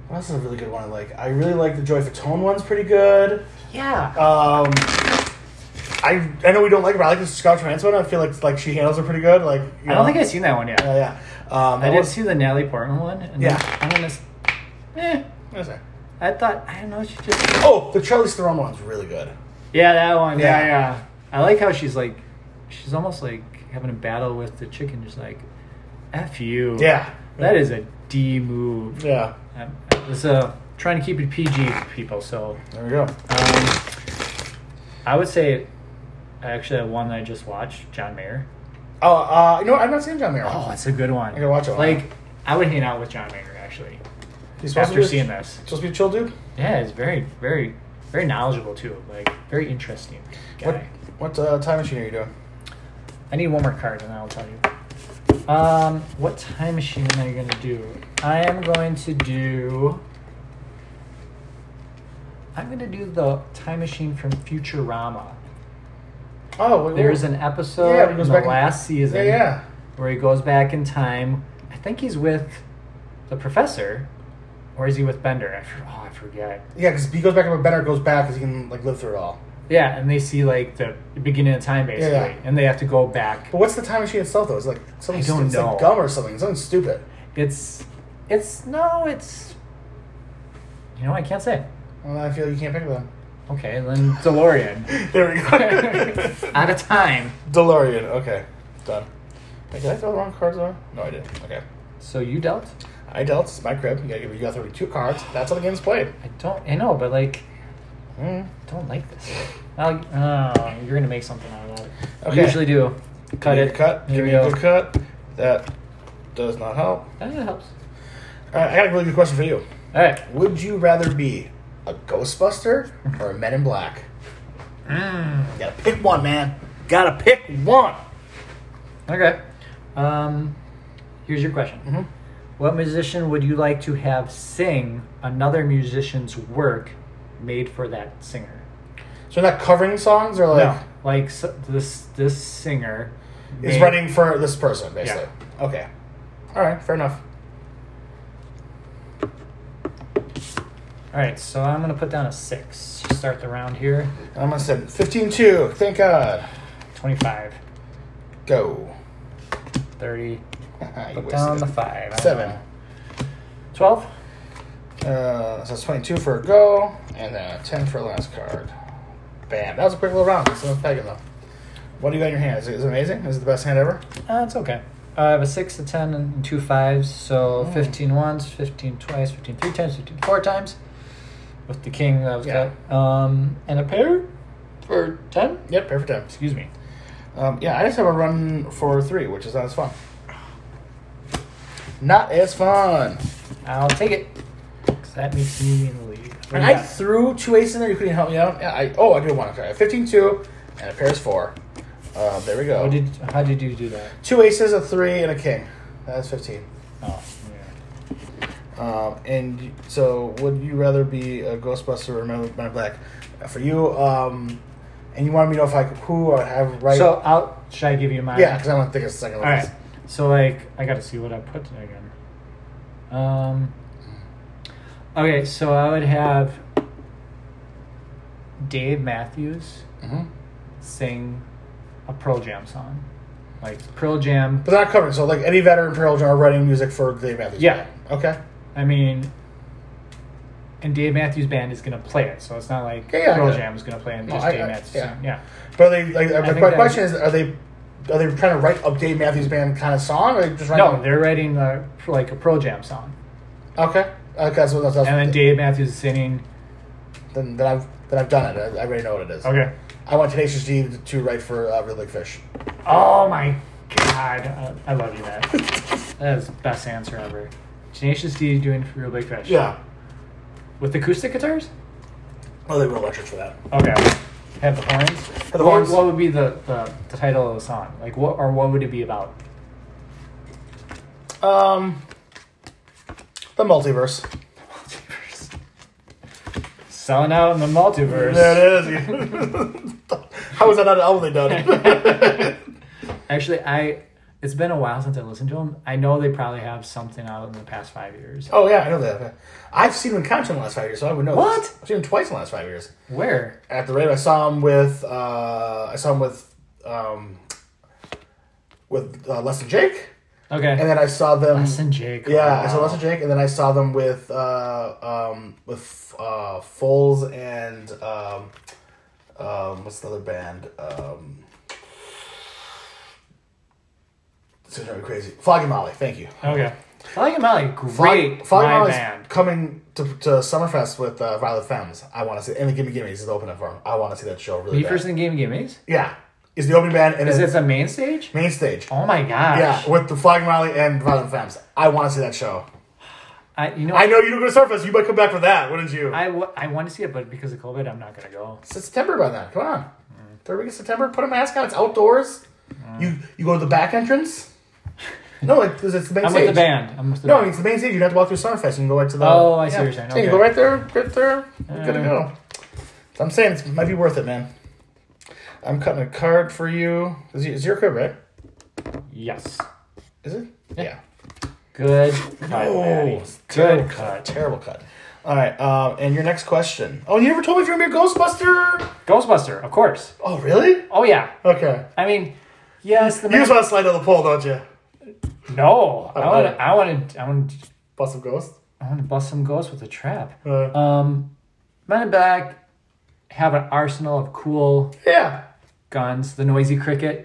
What else is a really good one I like? I really like the Joy Fatone one's pretty good. Yeah. Um, I I know we don't like her, but I like the Scarlett Johansson one. I feel like like she handles it pretty good. Like you I know. don't think I've seen that one yet. Yeah, yeah. Um, I that did was- see the Natalie Portman one. And Yeah. I'm gonna. s- Eh. what was that? I thought I don't know. She just. Oh, the Charlize Theron one's really good. Yeah, that one. Yeah. Yeah. yeah, I like how she's like, she's almost like having a battle with the chicken. Just like, f you. Yeah. That is a D move. Yeah. Um, It's uh, trying to keep it PG, people. So There we go. Um, I would say, actually, one that I just watched, John Mayer. Oh, uh, you know what? I've not seen John Mayer. Oh, it's a good one. I gotta watch it. Like, I would hang out with John Mayer actually. He's supposed to After be, seeing this, supposed to be a chill dude. yeah, it's very, very, very knowledgeable too. Like, very interesting guy. What what uh, time machine are you doing? I need one more card, and I'll tell you. Um, what time machine am I gonna do? I am going to do. I'm gonna do the time machine from Futurama. Oh, wait, There's wait. an episode Yeah, it in goes the back in- last season. Yeah, yeah. where he goes back in time. I think he's with the professor, or is he with Bender? I, for- oh, I forget. Yeah, because he goes back and Benner goes back because he can like live through it all. Yeah, and they see like the beginning of time basically, Yeah, yeah. and they have to go back. But what's the time machine itself though? It's like something. I don't it's know. like gum or something. Something stupid. It's, it's no, it's. You know, I can't say. Well, I feel you can't pick them. Okay, then DeLorean. There we go. Out of time. DeLorean. Okay, done. Wait, did I throw the wrong cards over? No, I didn't. Okay. So you dealt? I dealt. It's my crib. You gotta give. You gotta throw me two cards. That's how the game's played. I don't. I know, but like, Mm. I don't like this. I'll, oh, you're gonna make something out of that. Okay. I usually do. Give Cut me it. a Cut. Here Give me we go. a good cut. That does not help. That helps. All right, I got a really good question for you. All right. Would you rather be a Ghostbuster or a Men in Black? You gotta pick one, man. Gotta pick one. Okay. Um, here's your question. What musician would you like to have sing another musician's work made for that singer? So they're not covering songs, or like Like s this this singer is made- running for this person, basically. Okay. All right, fair enough. All right, so I'm gonna put down a six. Start the round here. And I'm gonna send 15-2. Thank God. 25, Go. 30. you Put down the wasted five. I it. Seven. don't know. 12. Uh, so that's 22 for a go, and then a 10 for a last card. Bam. That was a quick little round. So I'm pegging though. What do you got in your hand? Is it, is it amazing? Is it the best hand ever? Uh, it's okay. Uh, I have a 6, a 10, and two fives. So Mm. fifteen ones, 15 twice, 15 three times, 15 four times. With the king, that was Yeah. cut. Um, and a pair for 10. Yep, perfect time. Excuse me. Um, yeah, I just have a run for three, which is not as fun. Not as fun. I'll take it. 'Cause that makes me in the lead. And I threw two aces in there. You couldn't help me out. Yeah, I oh, I do one. Okay, I have 15 2 and a pair's four. Uh, there we go. How did, how did you do that? two aces, a three, and a king. That's 15. Oh, Um, and y- so, would you rather be a Ghostbuster or a Men Men in Black? Uh, For you, um, and you wanted me to know if I could, who I have yeah. right. So, I'll, should I give you mine? yeah, because I want to think of a second. All one. right. So like, I gotta see what I put again. Um. Okay, so I would have Dave Matthews Mhm. sing a Pearl Jam song, like Pearl Jam. But they're not covering. So, like any veteran Pearl Jam are writing music for Dave Matthews. Yeah. Band. Okay. I mean, and Dave Matthews Band is gonna play it, so it's not like Yeah, yeah, I Pearl get it. Jam is gonna play and No, just I- Dave I- Matthews. yeah. sing. yeah. But are they like I my think that- question is are they are they trying to write up Dave Matthews Band kind of song or are they just writing? No, they're writing a, like a Pearl Jam song, okay. Okay, that's what that's. and then Dave Matthews is singing. Then, then I've then I've done it. I, I already know what it is. Okay. I want Tenacious D to, to write for uh, Red Lake Fish. Oh my god. Uh, I love you, Matt. that is the best answer ever. Tenacious D doing Real Big Fish. Yeah. With acoustic guitars? Oh, they were electric for that. Okay. Have the horns? the what, horns. what would be the, the, the title of the song? Like, what or what would it be about? Um, the multiverse. Selling out in the multiverse. There it is. How was that not an album they done? Actually, I It's been a while since I listened to them. I know they probably have something out in the past five years. Oh yeah, I know that. I've seen him in concert in the last five years, so I would know. this. What? I've seen him twice in the last five years. Where? At the rate I saw him with, uh, I saw him with, um, with uh, Less Than Jake, and Okay. then I saw them. Less than Jake. Yeah, I saw Wow. Less Than Jake, and then I saw them with uh, um, with uh, Foles and um, um, what's the other band? Um, this is gonna be crazy. Foggy Molly, thank you. Okay. Flag and Molly, Fog- great Foggy my Molly's band. coming to, to Summerfest with uh, Violet Femmes. I want to see, and the Gimme Gimmes is the opening for him. I want to see that show really He bad. first in Game Gimmies? Yeah, is the opening band and Is then it the main stage? main stage. Oh my gosh. Yeah, with the Flying Molly and Violet Femmes. I want to see that show. I, you know, I I, know you don't go to Summerfest. You might come back for that, wouldn't you? wa- I want to see it, but because of COVID, I'm not going to go. It's September by then. Come on. Third week of September, put a mask on. It's outdoors. You you go to the back entrance. No, like it's the main I'm stage. with the band. I'm with the No, band. it's the main stage. You don't have to walk through Summerfest. You can go right to the. Oh, I see what you're saying. So you can Okay. go right there, right there. You're good to Yeah. go. So I'm saying it might be worth it, man. I'm cutting a card for you. Is it- It's your crib, right? Yes. Is it? Yeah. Good cut, Oh, Maddie. it's Good cut. Terrible cut. All right. Um, and your next question. Oh, you never told me if you're gonna be a Ghostbuster. Ghostbuster, of course. Oh, really? Oh, yeah. Okay. I mean, yes, the You just want to slide down the pole, don't you? No, I Oh, want no. to. I want to. I want to. Bust of ghosts. I want to bust some ghosts with a trap. Uh, Um, Men in Black have an arsenal of cool yeah. guns. The noisy cricket.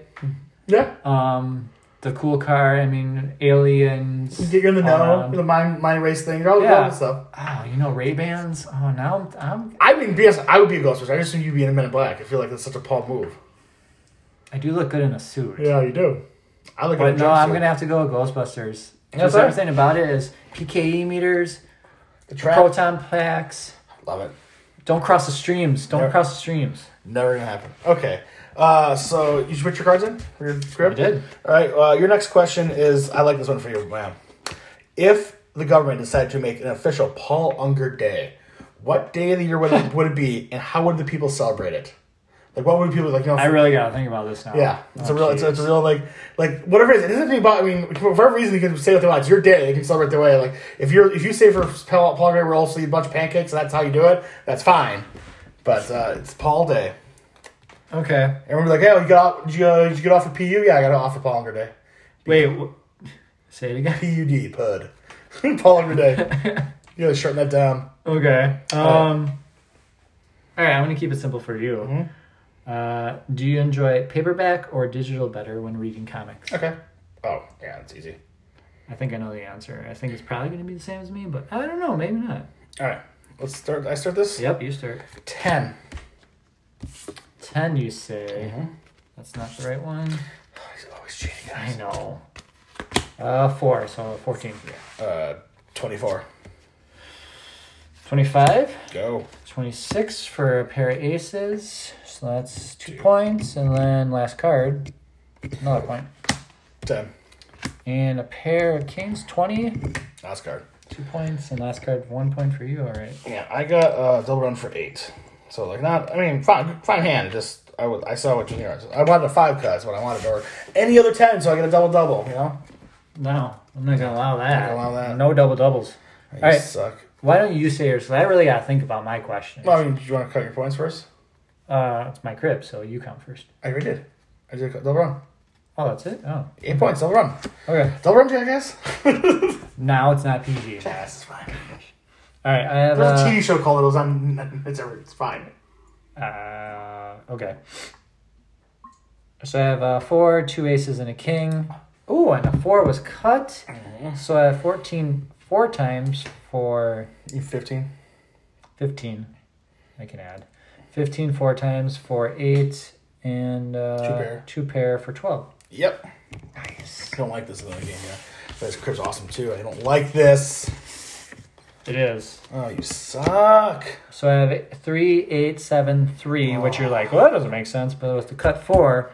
Yeah. Um, the cool car. I mean, aliens. Get you in the know, Um, the mind mind race thing, you're all Yeah. that stuff. Oh, you know Ray Bans. Oh, now I'm. I'm I mean, BS, I would be a Ghostbuster. I just assume you'd be in a Men in Black. I feel like that's such a Paul move. I do look good in a suit. Yeah, you do. I look But at no, I'm gonna have to go with Ghostbusters. Just all right. everything about it is PKE meters, the trap. proton packs. Love it. Don't cross the streams. Don't Yeah. cross the streams. Never gonna happen. Okay. Uh, so you should put your cards in for your grip. I did. All right. Uh, your next question is I like this one for you, man. If the government decided to make an official Paul Unger Day, what day of the year would it, would it be, and how would the people celebrate it? Like, what would people like? You know, I really gotta think about this now. Yeah, it's Oh, a real, it's, a- jeez. it's a real like, like whatever it is. It doesn't mean about. I mean, for whatever reason, you can say what they want. It's your day. You can celebrate their way. Like if you're if you say for Paul, Paul Gray rolls, so you eat a bunch of pancakes, and that's how you do it. That's fine. But uh, it's Paul Day. Okay. And we're like, hey, you got out, did you, uh, did you get off of PU? Yeah, I got off of Paul Unger Day. Wait. wh- Say it again. PUD, PUD. Paul Unger Day. you gotta shorten that down. Okay. Um. All right. I'm gonna keep it simple for you. Mm-hmm. Uh, do you enjoy paperback or digital better when reading comics? Okay. Oh, yeah, that's easy. I think I know the answer. I think it's probably gonna be the same as me, but I don't know. Maybe not. All right. Let's start. I start this? Yep. You start. 10. 10 you say Mm-hmm. that's not the right one Oh, he's always cheating, i guys. know uh four so 14 Uh, 24. 25 Go. 26 for a pair of aces so that's two points and then last card another point 10. and a pair of kings 20 Last card. two points and last card one point for you all right Yeah, I got uh, double run for eight. So like not, I mean, fine, fine hand. Just I was, I saw what you needed. I wanted a five cut, is what I wanted, or any other ten, so I get a double double. You know, no i'm not gonna allow that, Not gonna allow that. no double doubles you All right. suck. why don't you say yours 'Cause i really gotta think about my question Well, I mean, do you want to cut your points first? uh it's my crib so you count first I already did. I did a double run. oh that's it oh Eight points, double run, okay double run, jackass. now it's not pg Yes, it's fine. All right, I have. There's a Uh, TV show called it. It was on. It's ever. It's fine. uh, okay. So I have uh, four, two aces, and a king. Ooh, and a four was cut. So I have 14 four times for You fifteen. 15. I can add. 15 four times for eight, and uh, Two pair. two pair for 12. Yep. Nice. I don't like this in the game here. But this crib's awesome too. I don't like this. It is. Oh, you suck. So I have three, eight, seven, three, which you're like, well, that doesn't make sense. But with the cut four,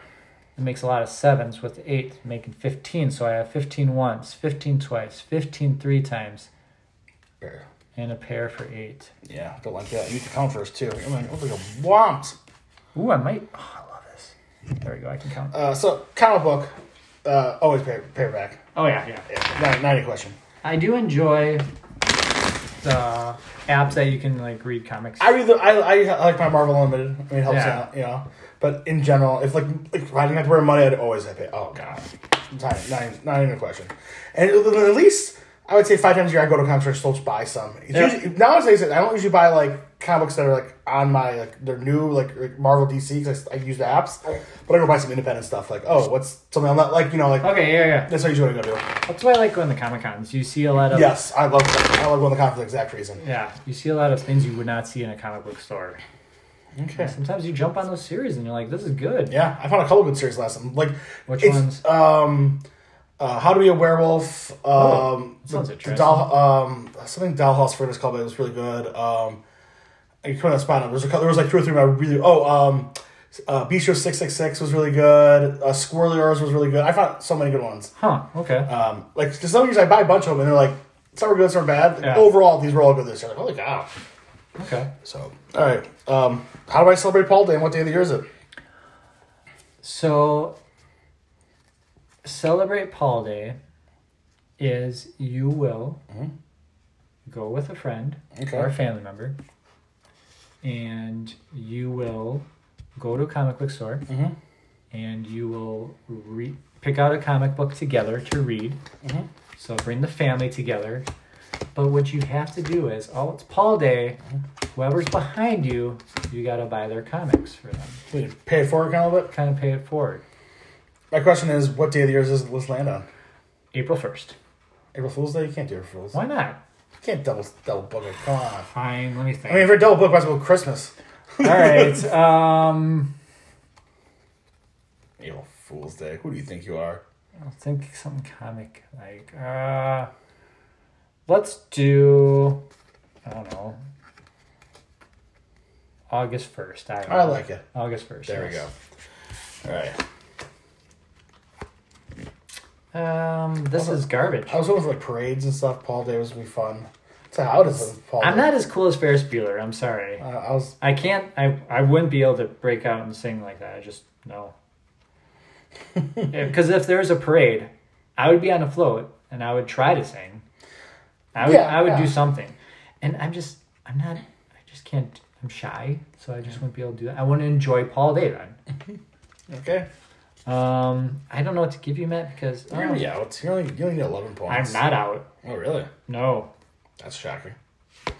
it makes a lot of sevens. With the eight, making 15. So I have 15 once, 15 twice, 15 three times, Bear. and a pair for eight. Yeah, don't like that. You can count first too. I'm like, I'm like a womp. Ooh, I might. Oh, I love this. There we go. I can count. Uh, so comic book. Uh, always pay, pay her back. Oh yeah, yeah. Yeah, not, not any question. I do enjoy the apps that you can like read comics. I read the, I, I like my Marvel Unlimited. I mean, it helps Yeah. out, you know. But in general, if like, like if I didn't have to wear money, I'd always have it. Oh god, not, not, even- not even a question. And at least I would say five times a year I go to a comic store and still just buy some. It's Yeah. usually, nowadays I don't usually buy like comics that are like on my like they're new like, like Marvel DC because I, I use the apps. But I go buy some independent stuff like oh what's something I'm not like you know like Okay, yeah, yeah. that's how usually what I go to. That's why I like going to comic cons. You see a lot of Yes, I love I love going to comics for the exact reason. yeah, you see a lot of things you would not see in a comic book store. Okay. Sometimes you jump on those series and you're like, this is good. Yeah, I found a couple good series last time. Like Which it's, ones? Um, uh, How to Be a Werewolf. Um, Oh, that sounds the- the interesting. doll- um, something Dollhouse Furnace called, but it was really good. Um, I couldn't spot on. There was a couple, there was like two or three. that I really oh um, uh, Bistro Six Six Six was really good. Uh, Squirreliers was really good. I found so many good ones. Huh, okay. Um, like because some years I buy a bunch of them and they're like some are good, some are bad. Yeah. Overall, these were all good this year. Like holy cow! Okay. So all right, um, how do I celebrate Paul Day and what day of the year is it? So, celebrate Paul Day is you will go with a friend Okay. or a family member, and you will go to a comic book store, Mhm. and you will re- pick out a comic book together to read. Mhm. So bring the family together. But what you have to do is, oh, it's Paul Day. Whoever's behind you, you gotta buy their comics for them. Can you Pay it forward kind of a little bit. Kind of pay it forward. My question is, what day of the year does this land on? April 1st. April Fool's Day? You can't do April Fool's. Why not? You can't double double book it. Come on. Fine, let me I mean, if think. we're double booked, might as well go Christmas. All right. Um, April Fool's Day. Who do you think you are? I'll think something comic like. Uh, let's do. I don't know. August first. I, don't I know. like it. August first. There we go. All right. go. Um, this is garbage. I was hoping for like parades and stuff. Paul Day was gonna be fun. It's a how does Paul? I'm Day. not as cool as Ferris Bueller. I'm sorry. Uh, I was. I can't. I I wouldn't be able to break out and sing like that. I just no. Because if there was a parade, I would be on a float and I would try to sing. I would Yeah, I would yeah. do something, and I'm just I'm not I just can't I'm shy, so I just wouldn't be able to do that. I want to enjoy Paul Day then. Okay. Um, I don't know what to give you, Matt, because You're oh, gonna be out. You only you only need eleven points. I'm not out. Oh really? No, That's shocking. All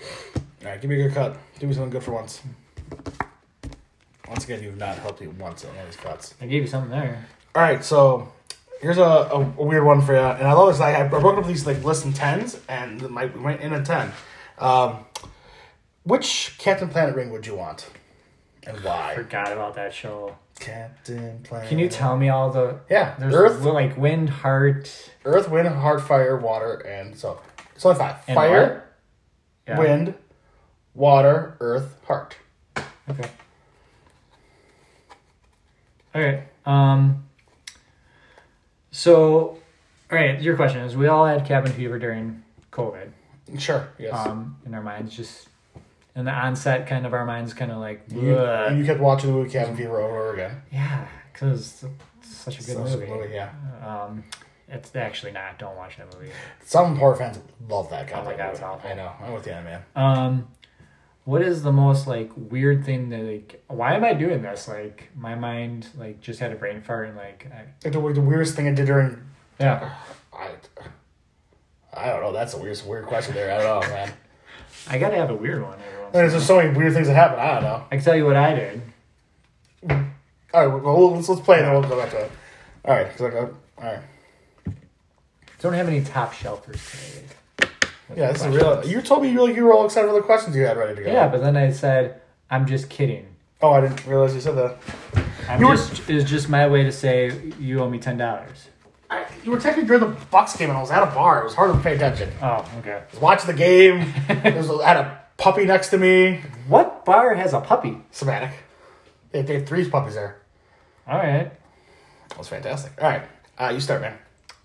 right, give me a good cut. Do me something good for once. Once again, you've not helped me once on all these cuts. I gave you something there. All right, so here's a, a, a weird one for you, and I love this. I, I broke up these like lists in tens, and my we went in a ten. Um, which Captain Planet ring would you want, and why? Forgot about that show. Captain Planet. Can you tell me all the Yeah, There's Earth, like wind, heart, Earth, Wind, Heart, Fire, Water, and so it's only five. and Fire, heart? Yeah. Wind, Water, Earth, Heart. Okay. All right. Um. So, all right. Your question is: We all had cabin fever during COVID. Sure. Yes. Um, in our minds, just in the onset, kind of our minds, kind of like, you, "Ugh." you kept watching the movie Cabin Fever over and over again. yeah, because it's such a good So, movie. yeah. Um, it's actually not. Don't watch that movie. Some horror fans love that. kind Oh my of God, movie. it's awful. I know. I'm with you, on it, man. Um, what is the most like weird thing that like? Why am I doing this? Like, my mind like just had a brain fart and like, I, Like the, the weirdest thing I did during yeah. I, I don't know. That's the weirdest weird question there. I don't know, man. I gotta have a weird one. every once in a There's just so many weird things that happen. I don't know. I can tell you what I did. All right, well, we'll- let's let's play it and we'll go back to it. All right, 'cause I got- all right. Don't have any top shelters today. Yeah, this is real. You told me you like you were all excited for the questions you had ready to go. Yeah, but then I said, I'm just kidding. Oh, I didn't realize you said that. I'm You were- just it's just my way to say you owe me ten dollars. I, you were texting during the Bucks game, and I was at a bar. It was hard to pay attention. I Oh, okay. was watching Uh, the game. there was I had a puppy next to me. What bar has a puppy? Somatic. They, they had three puppies there. All right. That was fantastic. All right, uh, you start, man.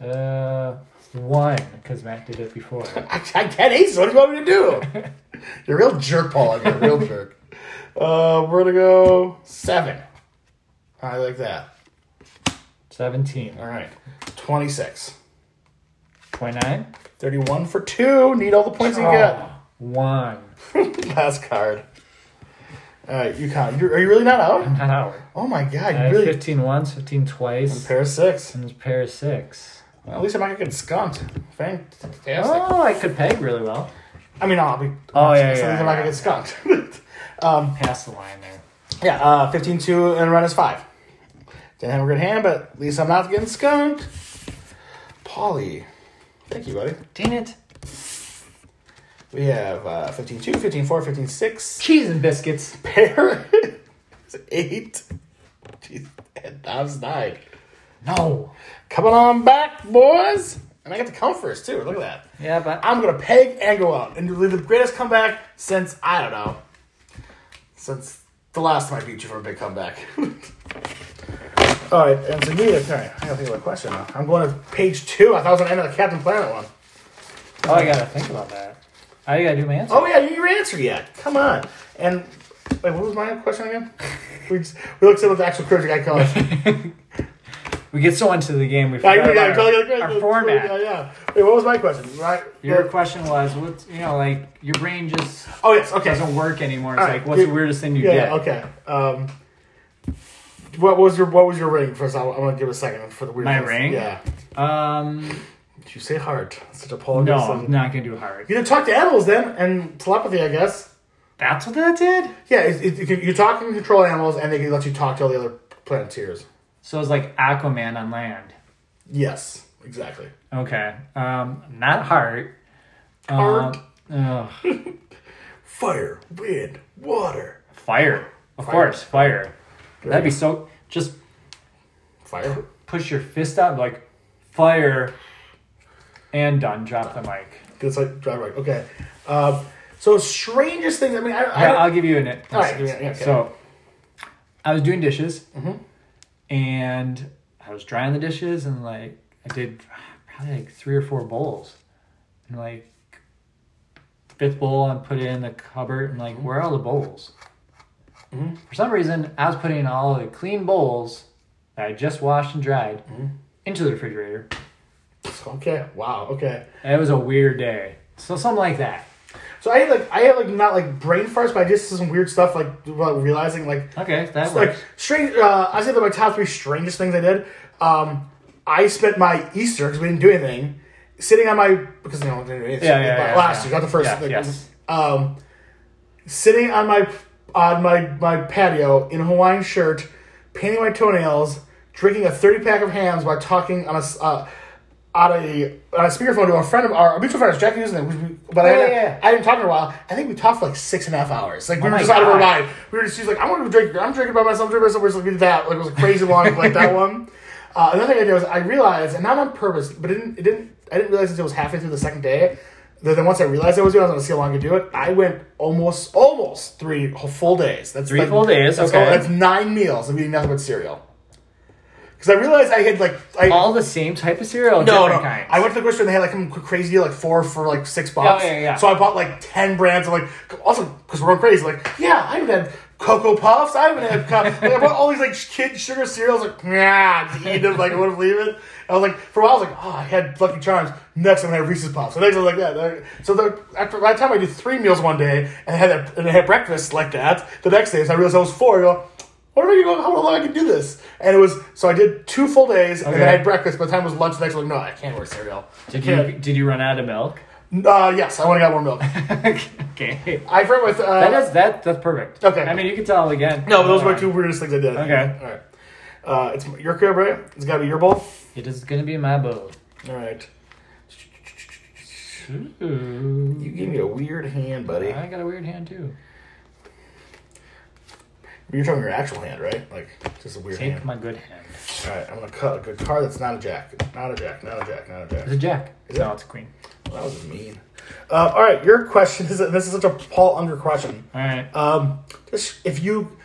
Uh, one because Matt did it before. I, I can't ace. What do you want me to do? You're a real jerk, Paul. You're a real jerk. Uh, we're gonna go seven. I like that. Seventeen. All right. 26. 29? 31 for two. Need all the points you get. Oh, one. Last card. All right, you count. You're, are you really not out? Not out. Oh my god, I you had really. 15 once, 15 twice, Pair of six. and this pair of six. At least I'm not getting skunked. Fantastic. Oh, I could peg really well. I mean, I'll be. Oh, yeah, so yeah, I'm not yeah. gonna get skunked. um, Pass the line there. yeah, uh, 15 2 and run is 5. Didn't have a good hand, but at least I'm not getting skunked. Polly. Thank you, buddy. Dang it. We have uh, 15 2, 15 4, 15 6. Cheese and biscuits. Pair is 8. Jeez, and Dom's 9. No. Coming on back, boys. And I get to count first, too. Look at that. Yeah, but I'm gonna peg and go out and leave the greatest comeback since I don't know, since the last time I beat you for a big comeback. all right, and so Nita, all right, I gotta think of a question now. I'm going to page two. I thought I was gonna end on the Captain Planet one. oh, I gotta think about that. I gotta do my answer. Oh yeah, you your answer yet? Come on. And wait, what was my question again? we just, we looked at what the actual critic I called. We get so into the game, we I, forgot yeah, about totally our, got it. our Yeah, format. Yeah, yeah. Wait, what was my question? Right. Your question was, what you know, like your brain just oh yes. Okay. doesn't work anymore. It's All right, like, what's you- the weirdest thing you Yeah. did? Okay. Um, what was your What was your ring? First, I'm gonna give a second for the weird. My ones. ring? Yeah. Um, Did you say heart? Such a Paul no, Gibson. I'm not gonna do hard. You didn't talk to animals then, and telepathy, I guess. That's what that did. Yeah, it, it, you talk and control animals, and they can let you talk to all the other planeteers. So it was like Aquaman on land. Yes, exactly. Okay. Um, not heart. Uh, Heart. Um, ugh, Fire, wind, water. fire. Of course, fire. That'd be so. Just Fire. push your fist out, like fire, and done. Drop the mic. It's like drive right. Okay. Um, so strangest things. I mean, I, Yeah, I I'll give you an it. All right, yeah, yeah, okay. So, I was doing dishes, Mm-hmm. and I was drying the dishes, and like I did probably like three or four bowls, and like fifth bowl I put it in the cupboard, and Mm-hmm. like where are all the bowls? For some reason, I was putting all the clean bowls that I just washed and dried Mm-hmm. into the refrigerator. okay. Wow. Okay. And it was a weird day. So something like that. So I had like I had like not like brain farts, but I just did some weird stuff like about realizing like Okay, that like works. strange. Uh, I say that my top three strangest things I did. Um, I spent my Easter because we didn't do anything, sitting on my because you know we didn't do anything. Yeah, yeah, yeah, last yeah. year, not the first. Yeah, like, yes. Um, sitting on my on my my patio in a Hawaiian shirt, painting my toenails, drinking a thirty pack of hams while talking on a. s- Uh, on a, on a speakerphone to a friend of our a mutual friend, Jackie Houston, which we, but I, Yeah, had- yeah, yeah. I didn't talk in a while. I think we talked for like six and a half hours. Like we were Oh my just out of our God. mind. We were just she's like, I want to drink. I'm drinking by myself. Drinking by myself. We're just like, we did that. Like it was a crazy long like that one. Uh, another thing I did was I realized, and not on purpose, but it didn't it didn't I didn't realize until it was halfway through the second day. That then once I realized I was doing, it, I was going to see how long I could do it. I went almost almost three whole- full days. That's Three like- full days, That's, okay. all- that's nine meals of eating nothing but cereal. Because I realized I had like I all the same type of cereal, no, no. different kinds. I went to the grocery and they had like some crazy deal, like four for like six bucks. yeah, yeah. So I bought like ten brands of like also because we're going crazy. Like yeah, I even had Cocoa Puffs. I even had co- like, I bought all these like kid sugar cereals. Like yeah, just eat them. Like I wouldn't leave it. I was like for a while I was like oh I had Lucky Charms. Next I'm gonna have Reese's Puffs. And next I was like that. Like, So the, after by the time I did three meals one day and I had that, and I had breakfast like that the next day, so I realized I was four. I go. What am I going? How long I can do this? And it was so I did two full days, and then I Okay. had breakfast. By the time it was lunch, the next one, no, I can't wear cereal. Did I you did you run out of milk? can't. Uh, yes, I want to get more milk. okay, I forgot with. Uh, that is that that's perfect. Okay. I mean you can tell again. no, but those were my two weirdest things I did. Okay. all right. Uh, it's your crib, right? It's got to be your bowl. It is gonna be my bowl. All right. Ooh, You gave me a weird hand, buddy. I got a weird hand too. You're talking your actual hand, right? Like just a weird Take hand. my good hand. All right, I'm gonna cut a good card that's not a jack, not a jack, not a jack, not a jack. It's a jack. Is no, it? it's a queen. Well, that was mean. Uh, all right, your question is this is such a Paul Unger question. All right. Um, just if you,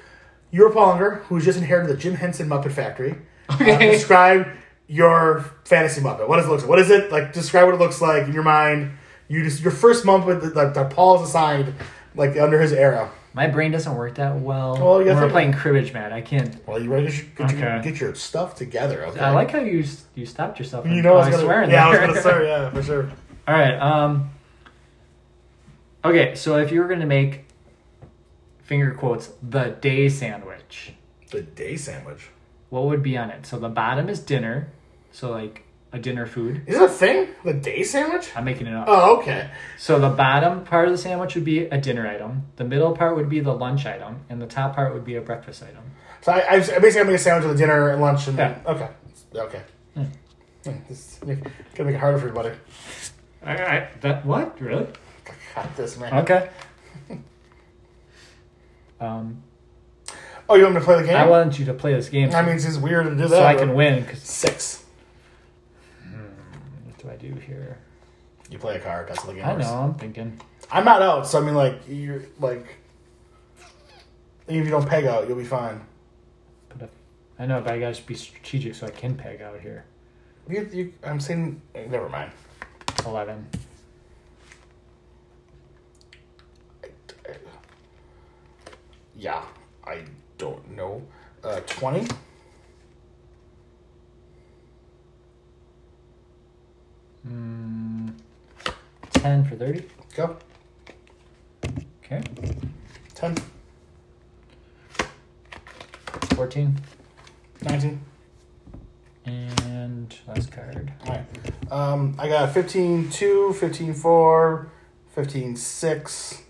your Paul Unger, who's just inherited the Jim Henson Muppet Factory, uh, Okay. describe your fantasy Muppet. What does it look like? What is it like? Describe what it looks like in your mind. You just your first Muppet that, that, that Paul's assigned, like under his era. My brain doesn't work that well. Well, you when gotta we're think- playing cribbage, man. I can't. Well, you ready? to sh- Get, your- Okay. get your stuff together. Okay. I like how you s- you stopped yourself. You know, I was by gonna, swearing yeah, there. I was gonna swear, yeah, for sure. All right. Um. Okay, so if you were gonna make finger quotes the day sandwich, The day sandwich. what would be on it? So the bottom is dinner, so like a dinner food. Is it a thing? The day sandwich? I'm making it up. Oh, okay. So the bottom part of the sandwich would be a dinner item. The middle part would be the lunch item, and the top part would be a breakfast item. So I, I basically I make a sandwich with dinner and lunch and Yeah. okay, okay. Hmm, This make, gonna make it harder for everybody. All right. That what really? Got this man. Okay. Um, Oh, you want me to play the game? I want you to play this game I mean, it's just weird to do that. so I but- can win. 'cause- Six. what do I do here? You play a card. That's how the game I works. know. I'm thinking. I'm not out, so I mean, like you're like. Even if you don't peg out, you'll be fine. But if, I know, but I gotta be strategic so I can peg out here. You, you, I'm saying, eh, never mind. Eleven. Yeah, I don't know. Uh, twenty. Mm, Ten for thirty. Go. Okay. Ten. Fourteen. Nineteen. And last card. All right. Um, I got 15 2, 15 4, 15 6,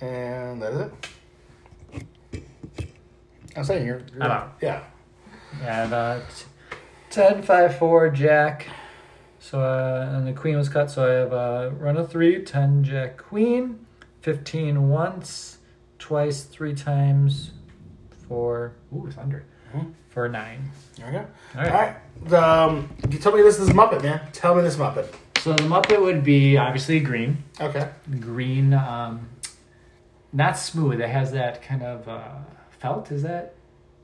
and that is it. I'm saying you're. you're I'm out. Yeah. Yeah, about 10, 5, 4, jack. So, uh, and the queen was cut, so I have a run of 3, 10, jack, queen, 15 once, twice, three times, four, ooh, thunder, Mhm. for 9. There we go. All All right. right. Um, you tell me this is Muppet, man. Tell me this Muppet. So the Muppet would be obviously green. Okay. Green, um, not smooth. It has that kind of uh, felt, is that?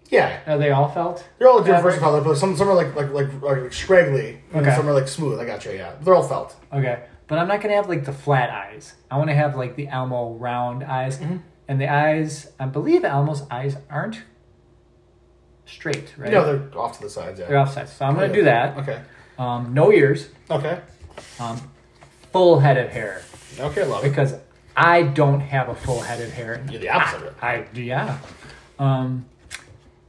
Yeah. Are they all felt? They're all different Fabric. versatile, but some, some are like like like, like scraggly, and Okay. some are like smooth. I got you. Yeah, they're all felt. Okay, but I'm not gonna have like the flat eyes. I want to have like the Elmo round eyes, Mm-hmm. and the eyes. I believe Elmo's eyes aren't straight, right? No, they're off to the sides. Yeah. they're offset. So I'm gonna do that. Okay. Um, no ears, Okay. um, full head of hair Okay. Love it. because I don't have a full head of hair. You're the opposite of it. I yeah, um,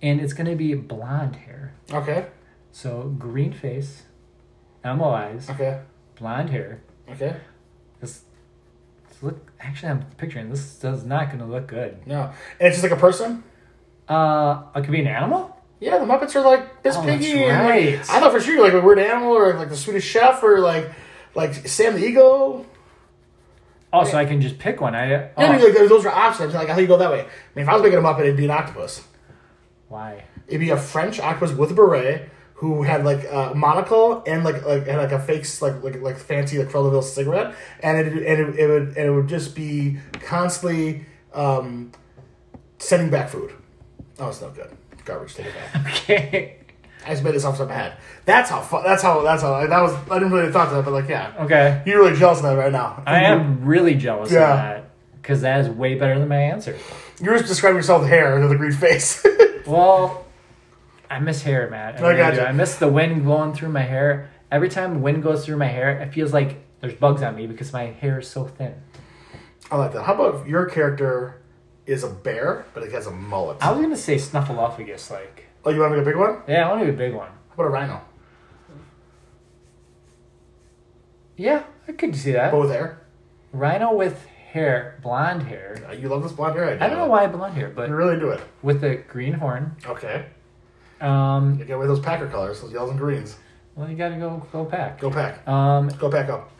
and it's gonna be blonde hair. Okay. So green face, Elmo eyes, Okay. blonde hair. Okay. This, this look actually I'm picturing this does not gonna look good. No, and it's just like a person. Uh it could be an animal? Yeah, the Muppets are like this Oh, that's piggy. and, like, right. I thought for sure you're like a weird animal or like the Swedish Chef or like like Sam the Eagle. Oh, so I can just pick one. I oh, I mean, like, those are options. Like how you go that way. I mean, if I was making a Muppet, it'd be an octopus. why? It'd be a French octopus with a beret who had like a monocle and like like and like a fake like like like fancy like Frelderville cigarette, and it and it, it would and it would just be constantly um, sending back food. Oh, it's no good. Garbage. Take it back. Okay. I just made this off the top of my head. That's how. Fu- that's how. That's how. Like, that was. I didn't really thought that, but like, yeah, Okay. you're really jealous of that right now. I am really jealous Yeah. of that. Because that is way better than my answer. You were just describing yourself with hair and the green face. Well, I miss hair, Matt. I, really gotcha. do. I miss the wind blowing through my hair. Every time wind goes through my hair, it feels like there's bugs on me because my hair is so thin. I like that. How about if your character is a bear, but it has a mullet? I was gonna say snuffleupagus, like oh, you want to make a big one? How yeah, I want to be a big one. about a rhino, Yeah, I could see that. but with hair? Rhino with hair, blonde hair. Uh, you love this blonde hair? I don't know why blonde hair, You but really do it. with a green horn. Okay. Um, You get away with those Packer colors, those yellows and greens. well, you gotta go go pack. Go pack. Um, Go pack up.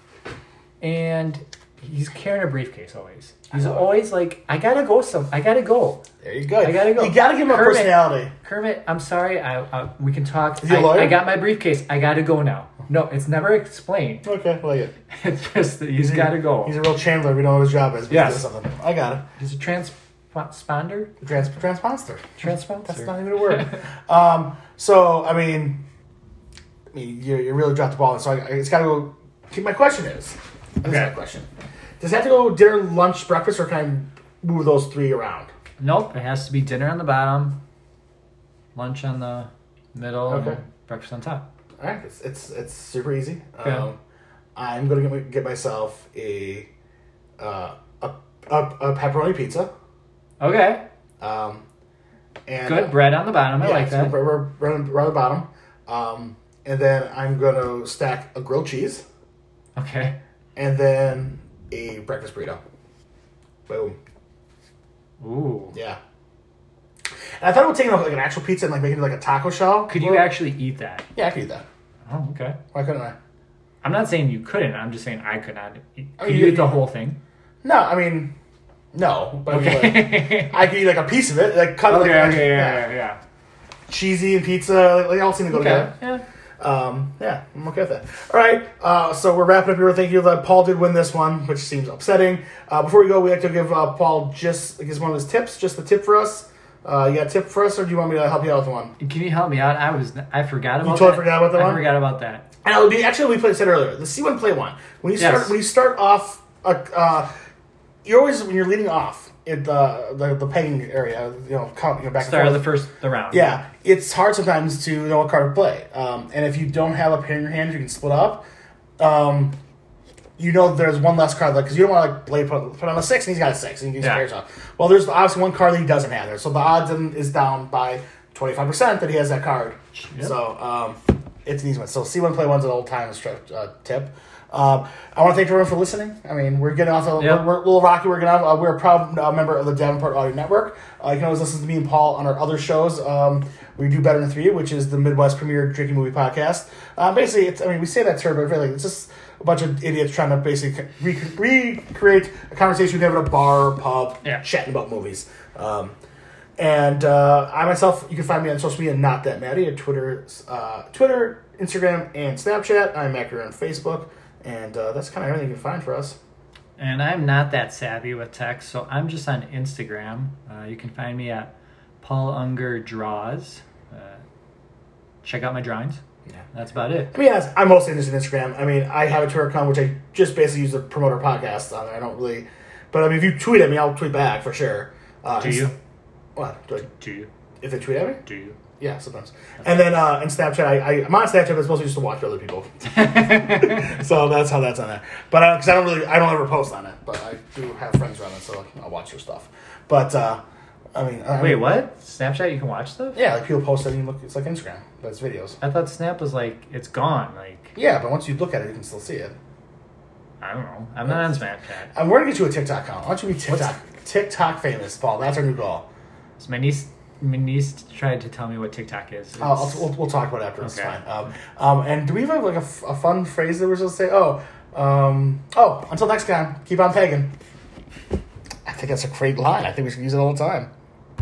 and he's carrying a briefcase always. He's always like, I gotta go some. I gotta go. There you go. I gotta go. You gotta give him a Kermit. personality. Kermit, I'm sorry. I uh, we can talk. he a I, lawyer? I got my briefcase. I gotta go now. No, it's never explained. Okay, I like it. It's just that he's gotta go. He's a real Chandler. We don't know what his job is. but he Yes. does something. I got it. He's a transponder. Trans- transponster. Transponder. That's not even a word. um, so I mean, I mean, you, you really dropped the ball. So I, I- it's got to go. My question is, this is my Okay. question: Does it have to go dinner, lunch, breakfast, or can move those three around. Nope, it has to be dinner on the bottom, lunch on the middle, Okay. and breakfast on top. All right, it's it's, it's super easy. Okay. Um, I'm gonna get, my- get myself a, uh, a, a a pepperoni pizza. Okay, Um, and good bread on the bottom. I yeah, like so that. we're, we're running around the bottom. Um, and then I'm gonna stack a grilled cheese Okay. and then a breakfast burrito. Boom. Ooh. Yeah. And I thought about taking like an actual pizza and like making it like a taco shell. Could you actually eat that? Yeah, I could do that. Oh, okay. Why couldn't I? I'm not saying you couldn't. I'm just saying I could not. Eat. Oh, Could you- you eat the you- whole thing? No, I mean, no. But I, mean, like, Okay. I could eat like a piece of it, like cut like, okay. like, Okay. Yeah. Yeah. yeah. cheesy and pizza. Like, they all seem to go Okay. together. Yeah. Um, yeah, I'm okay with that. All right, uh, so we're wrapping up here. Thank you. That Paul did win this one, which seems upsetting. Uh, before we go, we like to give uh, Paul just like, his one of his tips, just the tip for us. Uh, you got a tip for us, or do you want me to help you out with one? Can you help me out? I was I forgot about. totally that. forgot about that I one? forgot about that. And it'll be actually we played said earlier. The C one play one. When you Yes. start when you start off, uh, uh, you're always when you're leading off at the the, the pegging area. You know, count you know, back Start and of forth. the first the round. Yeah, it's hard sometimes to know what card to play. Um, and if you don't have a pair in your hand, you can split up. Um, you know there's one less card left because you don't want to like play put, put on a six and he's got a six and you can just Yeah. pair it off. Well, there's obviously one card that he doesn't have there, so the odds in- is down by twenty five percent that he has that card. Yep. So um, it's an easy one. So C one play one's an old time stretch, uh, tip. Um, I want to thank everyone for listening. I mean, we're getting off. A, Yeah. we're, we're a little rocky. We're getting off. Uh, we're a proud uh, member of the Davenport Audio Network. Uh, you can always listen to me and Paul on our other shows. Um, we do better than three, which is the Midwest premier drinking movie podcast. Uh, basically, it's. I mean, we say that term, but really, it's just a bunch of idiots trying to basically re- recreate a conversation we have at a bar, or pub, Yeah. chatting about movies. Um, and uh, I myself, you can find me on social media, not that Maddie, at Twitter, uh, Twitter, Instagram, and Snapchat. I'm Macker on Facebook, and uh, that's kind of everything you can find for us. And I'm not that savvy with tech, so I'm just on Instagram. Uh, you can find me at Paul Unger Draws. Uh, check out my drawings. Yeah. That's about it. I mean, yes, I'm mostly interested in Instagram. I mean, I have a Twitter account, which I just basically use to promote our podcast on there. I don't really, but I mean, if you tweet at me, I'll tweet back for sure. Uh, Do and- you? What? Do I- Do you? if they tweet at me? Do you? Yeah, sometimes. And then uh, and Snapchat, I, I, I'm on Snapchat, but it's mostly just to watch other people. so that's how that's on there. But because I don't really, I don't ever post on it, but I do have friends around it, so like, I'll watch their stuff. But uh, I mean, I Wait, mean, what? Snapchat? You can watch stuff? Yeah, like people post it, and you look. It's like Instagram, but it's videos. I thought Snap was like it's gone. Like Yeah, but once you look at it, you can still see it. I don't know. I'm not on Snapchat. And we're gonna get you a TikTok account. Why don't you be TikTok TikTok famous, Paul? That's our new goal. So my niece, my niece tried to tell me what TikTok is. Uh, I'll, we'll, we'll talk about it after. It's Okay. fine. Um, um, and do we have like a, f- a fun phrase that we're supposed to say? Oh, um, oh. Until next time, keep on pegging. I think that's a great line. I think we should use it all the time.